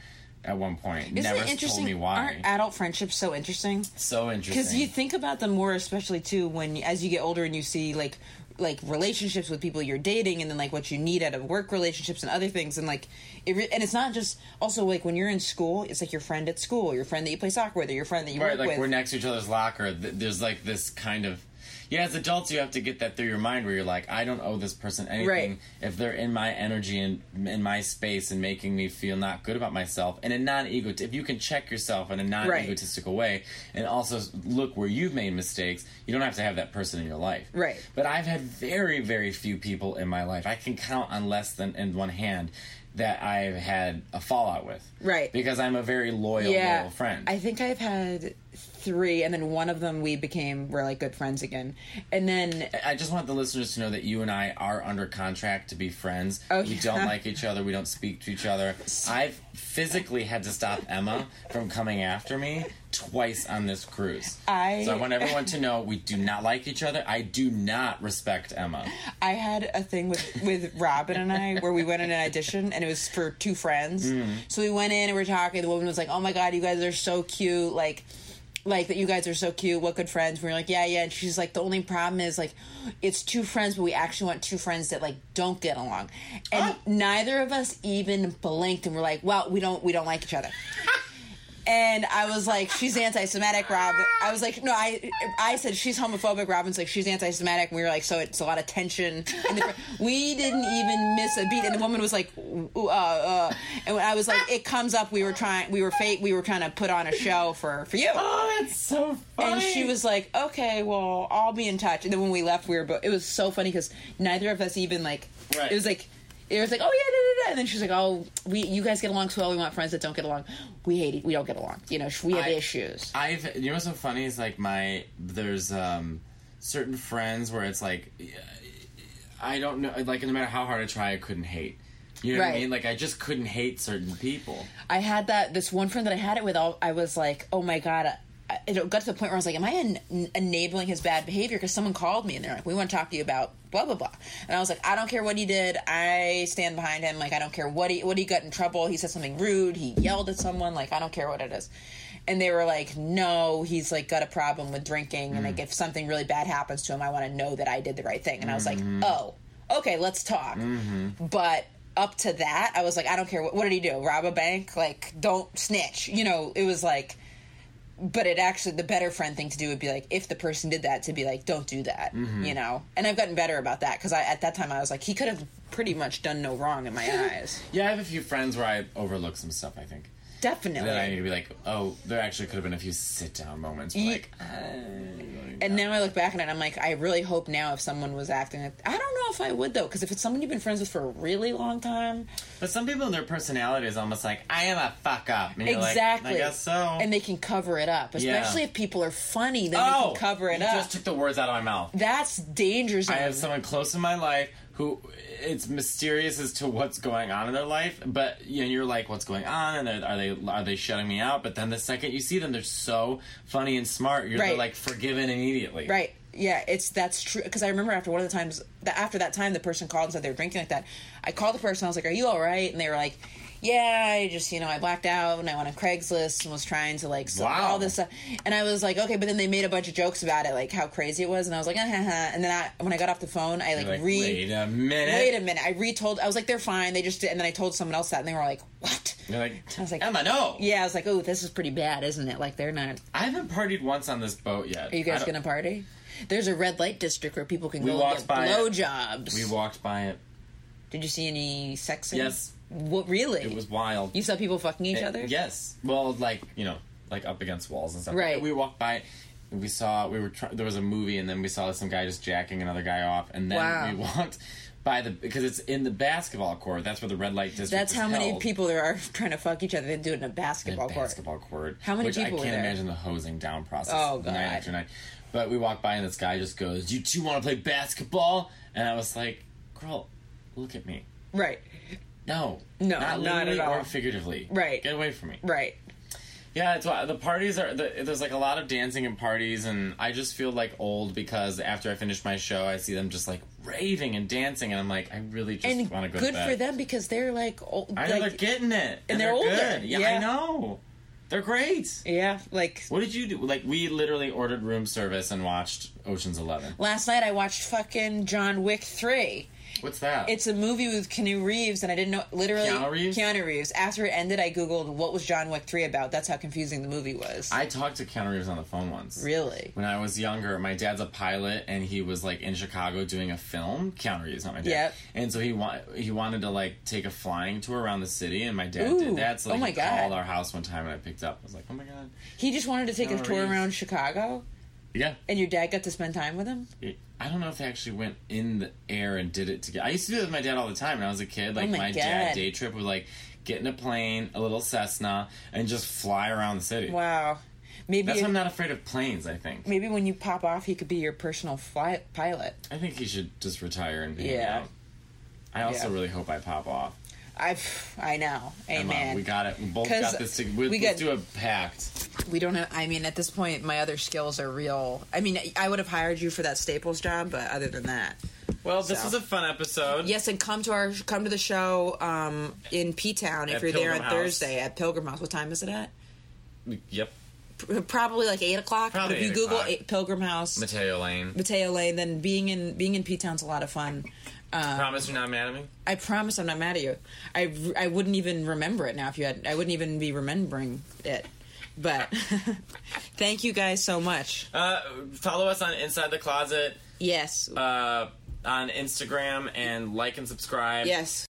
Speaker 1: at one point.
Speaker 2: Isn't
Speaker 1: Never
Speaker 2: it interesting?
Speaker 1: told me why.
Speaker 2: Aren't adult friendships so interesting?
Speaker 1: so interesting.
Speaker 2: Because you think about them more, especially too, when as you get older and you see like like relationships with people you're dating, and then like what you need out of work relationships and other things, and like it re- and it's not just also like when you're in school, it's like your friend at school, your friend that you play soccer with, or your friend that you
Speaker 1: right,
Speaker 2: work
Speaker 1: like
Speaker 2: with.
Speaker 1: we're next to each other's locker. Th- there's like this kind of. Yeah, as adults, you have to get that through your mind where you're like, I don't owe this person anything.
Speaker 2: Right.
Speaker 1: If they're in my energy and in my space and making me feel not good about myself, in a non ego, if you can check yourself in a non egotistical way and also look where you've made mistakes, you don't have to have that person in your life.
Speaker 2: Right.
Speaker 1: But I've had very, very few people in my life. I can count on less than in one hand that I've had a fallout with.
Speaker 2: Right.
Speaker 1: Because I'm a very loyal, loyal friend.
Speaker 2: I think I've had three, and then one of them we became we're like good friends again, and then
Speaker 1: I just want the listeners to know that you and I are under contract to be friends.
Speaker 2: Oh,
Speaker 1: we
Speaker 2: yeah.
Speaker 1: don't like each other. We don't speak to each other. I've physically had to stop Emma from coming after me twice on this cruise.
Speaker 2: I-
Speaker 1: So I want everyone to know we do not like each other. I do not respect Emma.
Speaker 2: I had a thing with with Robin and I where we went in an audition and it was for two friends. So we went in and we are talking. The woman was like, "Oh my god, you guys are so cute!" Like. Like that, you guys are so cute. What good friends? We were like, yeah, yeah. And she's like, the only problem is like, it's two friends, but we actually want two friends that like don't get along, and neither of us even blinked, and we're like, well, we don't, we don't like each other. And I was like, she's anti-Semitic, Rob. I was like, no, I, I said she's homophobic. Robin's like, she's anti-Semitic. And we were like, so it's a lot of tension. And the, we didn't even miss a beat. And the woman was like, uh, uh, and when I was like, it comes up. We were trying, we were fake. We were trying to put on a show for for you.
Speaker 1: Oh, it's so funny.
Speaker 2: And she was like, okay, well, I'll be in touch. And then when we left, we were, bo- it was so funny because neither of us even like
Speaker 1: Right.
Speaker 2: It was like it was like, oh yeah, da, da, da. and then she's like, oh, we you guys get along so well. We want friends that don't get along. We hate. e, We don't get along. You know, we have
Speaker 1: I-
Speaker 2: issues.
Speaker 1: I've you know what's so funny is like my there's um certain friends where it's like I don't know like no matter how hard I try I couldn't hate. You know what I
Speaker 2: Right.
Speaker 1: mean? Like I just couldn't hate certain people.
Speaker 2: I had that this one friend that I had it with. All I was like, oh my god. I, it got to the point where I was like, "Am I en- en- enabling his bad behavior?" Because someone called me and they're like, "We want to talk to you about blah blah blah," and I was like, "I don't care what he did. I stand behind him. Like, I don't care what he what he got in trouble. He said something rude. He yelled at someone. Like, I don't care what it is." And they were like, "No, he's like got a problem with drinking, and like if something really bad happens to him, I want to know that I did the right thing." And I was like, "Oh, okay, let's talk." But up to that, I was like, I don't care. What, what did he do? Rob a bank? Like, don't snitch. You know, it was like, but it actually, the better friend thing to do would be like, if the person did that, to be like, don't do that.
Speaker 1: Mm-hmm.
Speaker 2: You know? And I've gotten better about that because I, at that time, I was like, he could have pretty much done no wrong in my eyes.
Speaker 1: Yeah, I have a few friends where I overlook some stuff. I think
Speaker 2: Definitely.
Speaker 1: that I need to be like, oh, there actually could have been a few sit down moments. Where,
Speaker 2: Ye-
Speaker 1: like, "Ah, I don't
Speaker 2: And
Speaker 1: know.
Speaker 2: now I look back on it, and I'm like, I really hope now if someone was acting like, I don't know if I would though, because if it's someone you've been friends with for a really long time,
Speaker 1: but some people, their personality is almost like, I am a fuck up. And you're
Speaker 2: exactly,
Speaker 1: Like, I guess so.
Speaker 2: and they can cover it up, especially if people are funny, then
Speaker 1: oh,
Speaker 2: they can cover it
Speaker 1: you
Speaker 2: up.
Speaker 1: Just took the words out of my mouth.
Speaker 2: That's danger zone.
Speaker 1: I have someone close in my life who it's mysterious as to what's going on in their life, but you know, you're like, what's going on? And are they are they shutting me out? But then the second you see them, they're so funny and smart. You're
Speaker 2: Right.
Speaker 1: like forgiven immediately.
Speaker 2: right. Yeah, it's that's true. Because I remember after one of the times, that after that time, the person called and said they were drinking like that. I called the person. I was like, "Are you all right?" And they were like, "Yeah, I just you know I blacked out and I went on Craigslist and was trying to like sell
Speaker 1: Wow.
Speaker 2: all this stuff." And I was like, "Okay," but then they made a bunch of jokes about it, like how crazy it was, and I was like, "Uh huh." And then I, when I got off the phone, I like,
Speaker 1: You're like,
Speaker 2: re
Speaker 1: wait a minute.
Speaker 2: wait a minute. I retold. I was like, "They're fine. They just did." And then I told someone else that, and they were like, "What?"
Speaker 1: You're like,
Speaker 2: I was like-
Speaker 1: Emma, no.
Speaker 2: Yeah, I was like, "Oh, this is pretty bad, isn't it?" Like they're not.
Speaker 1: I haven't partied once on this boat yet.
Speaker 2: Are you
Speaker 1: I
Speaker 2: guys
Speaker 1: don't-
Speaker 2: gonna party? There's a red light district where people can go
Speaker 1: walked
Speaker 2: and get
Speaker 1: by it.
Speaker 2: blowjobs.
Speaker 1: We walked by it.
Speaker 2: Did you see any sex? scenes?
Speaker 1: Yes.
Speaker 2: What really?
Speaker 1: It was wild.
Speaker 2: You saw people fucking each other.
Speaker 1: Eh, Yes. Well, like you know, like up against walls and stuff.
Speaker 2: Right.
Speaker 1: We walked by. and We saw we were try- there was a movie and then we saw some guy just jacking another guy off and then
Speaker 2: Wow.
Speaker 1: we walked by the because it's in the basketball court that's where the red light district.
Speaker 2: That's
Speaker 1: is
Speaker 2: how many
Speaker 1: held.
Speaker 2: people there are trying to fuck each other. They do it in a
Speaker 1: in
Speaker 2: basketball
Speaker 1: a
Speaker 2: court.
Speaker 1: basketball court.
Speaker 2: How many
Speaker 1: which I
Speaker 2: people were
Speaker 1: can't
Speaker 2: there?
Speaker 1: imagine the hosing down process.
Speaker 2: Oh, God.
Speaker 1: Night after night. But we walked by and this guy just goes, "You two want to play basketball?" And I was like, "Girl, look at me."
Speaker 2: Right.
Speaker 1: No,
Speaker 2: No,
Speaker 1: not,
Speaker 2: not
Speaker 1: literally
Speaker 2: at all.
Speaker 1: or figuratively.
Speaker 2: Right.
Speaker 1: get away from me.
Speaker 2: Right.
Speaker 1: Yeah, it's why the parties are the, there's like a lot of dancing and parties, and I just feel like old because after I finish my show, I see them just like raving and dancing, and I'm like, I really just
Speaker 2: And
Speaker 1: want to go
Speaker 2: good
Speaker 1: to bed.
Speaker 2: for them because they're like old.
Speaker 1: I know they're
Speaker 2: like,
Speaker 1: getting it, and,
Speaker 2: they're older,
Speaker 1: good. Yeah, I
Speaker 2: yeah.
Speaker 1: know. They're great.
Speaker 2: yeah. Like
Speaker 1: What did you do? Like we literally ordered room service and watched Ocean's Eleven.
Speaker 2: last night, I watched fucking John Wick three.
Speaker 1: What's that?
Speaker 2: It's a movie with Keanu Reeves, and I didn't know literally
Speaker 1: Keanu Reeves?
Speaker 2: Keanu Reeves. After it ended, I googled what was John Wick three about. That's how confusing the movie was.
Speaker 1: I talked to Keanu Reeves on the phone once.
Speaker 2: really.
Speaker 1: When I was younger, my dad's a pilot, and he was like in Chicago doing a film. Keanu Reeves, not my dad.
Speaker 2: Yep.
Speaker 1: And so he wa- he wanted to like take a flying tour around the city, and my dad
Speaker 2: Ooh.
Speaker 1: did that. So like,
Speaker 2: Oh my
Speaker 1: he
Speaker 2: God.
Speaker 1: called our house one time, and I picked up. I was like, oh my god.
Speaker 2: He just wanted to take a
Speaker 1: Keanu
Speaker 2: tour
Speaker 1: Reeves.
Speaker 2: around Chicago,
Speaker 1: Yeah.
Speaker 2: and your dad got to spend time with him.
Speaker 1: I don't know if they actually went in the air and did it together. I used to do that with my dad all the time when I was a kid. Like
Speaker 2: Oh my
Speaker 1: my, dad
Speaker 2: God.
Speaker 1: day trip would like get in a plane, a little Cessna, and just fly around the city.
Speaker 2: Wow. Maybe
Speaker 1: That's why I'm not afraid of planes. I think.
Speaker 2: maybe when you pop off, he could be your personal fly- pilot.
Speaker 1: I think he should just retire and hang
Speaker 2: Yeah.
Speaker 1: out. I also
Speaker 2: Yeah.
Speaker 1: really hope I pop off.
Speaker 2: I've I know.
Speaker 1: Come on,
Speaker 2: Amen.
Speaker 1: we
Speaker 2: we,
Speaker 1: got it. We both
Speaker 2: 'Cause
Speaker 1: got this. To, we,
Speaker 2: we
Speaker 1: let's
Speaker 2: got-
Speaker 1: do a pact.
Speaker 2: don't have. I mean, at this point, my other skills are real. I mean, I would have hired you for that Staples job, but other than that,
Speaker 1: Well, this
Speaker 2: So.
Speaker 1: was a fun episode.
Speaker 2: yes. And come to our come to the show um, in P Town if
Speaker 1: At
Speaker 2: you're there on
Speaker 1: Pilgrim House.
Speaker 2: Thursday at Pilgrim House. What time is it at?
Speaker 1: Yep.
Speaker 2: P- Probably like eight o'clock.
Speaker 1: Probably
Speaker 2: but if you
Speaker 1: 8
Speaker 2: Google
Speaker 1: o'clock.
Speaker 2: eight- Pilgrim House,
Speaker 1: Mateo Lane.
Speaker 2: Mateo Lane, then being in being in P Town's a lot of fun. Uh-huh.
Speaker 1: Promise you're not mad at me.
Speaker 2: I promise I'm not mad at you. I, I wouldn't even remember it now if you had. I wouldn't even be remembering it. But thank you guys so much.
Speaker 1: Uh, follow us on Inside the Closet
Speaker 2: Yes.
Speaker 1: uh, on Instagram and like and subscribe.
Speaker 2: yes.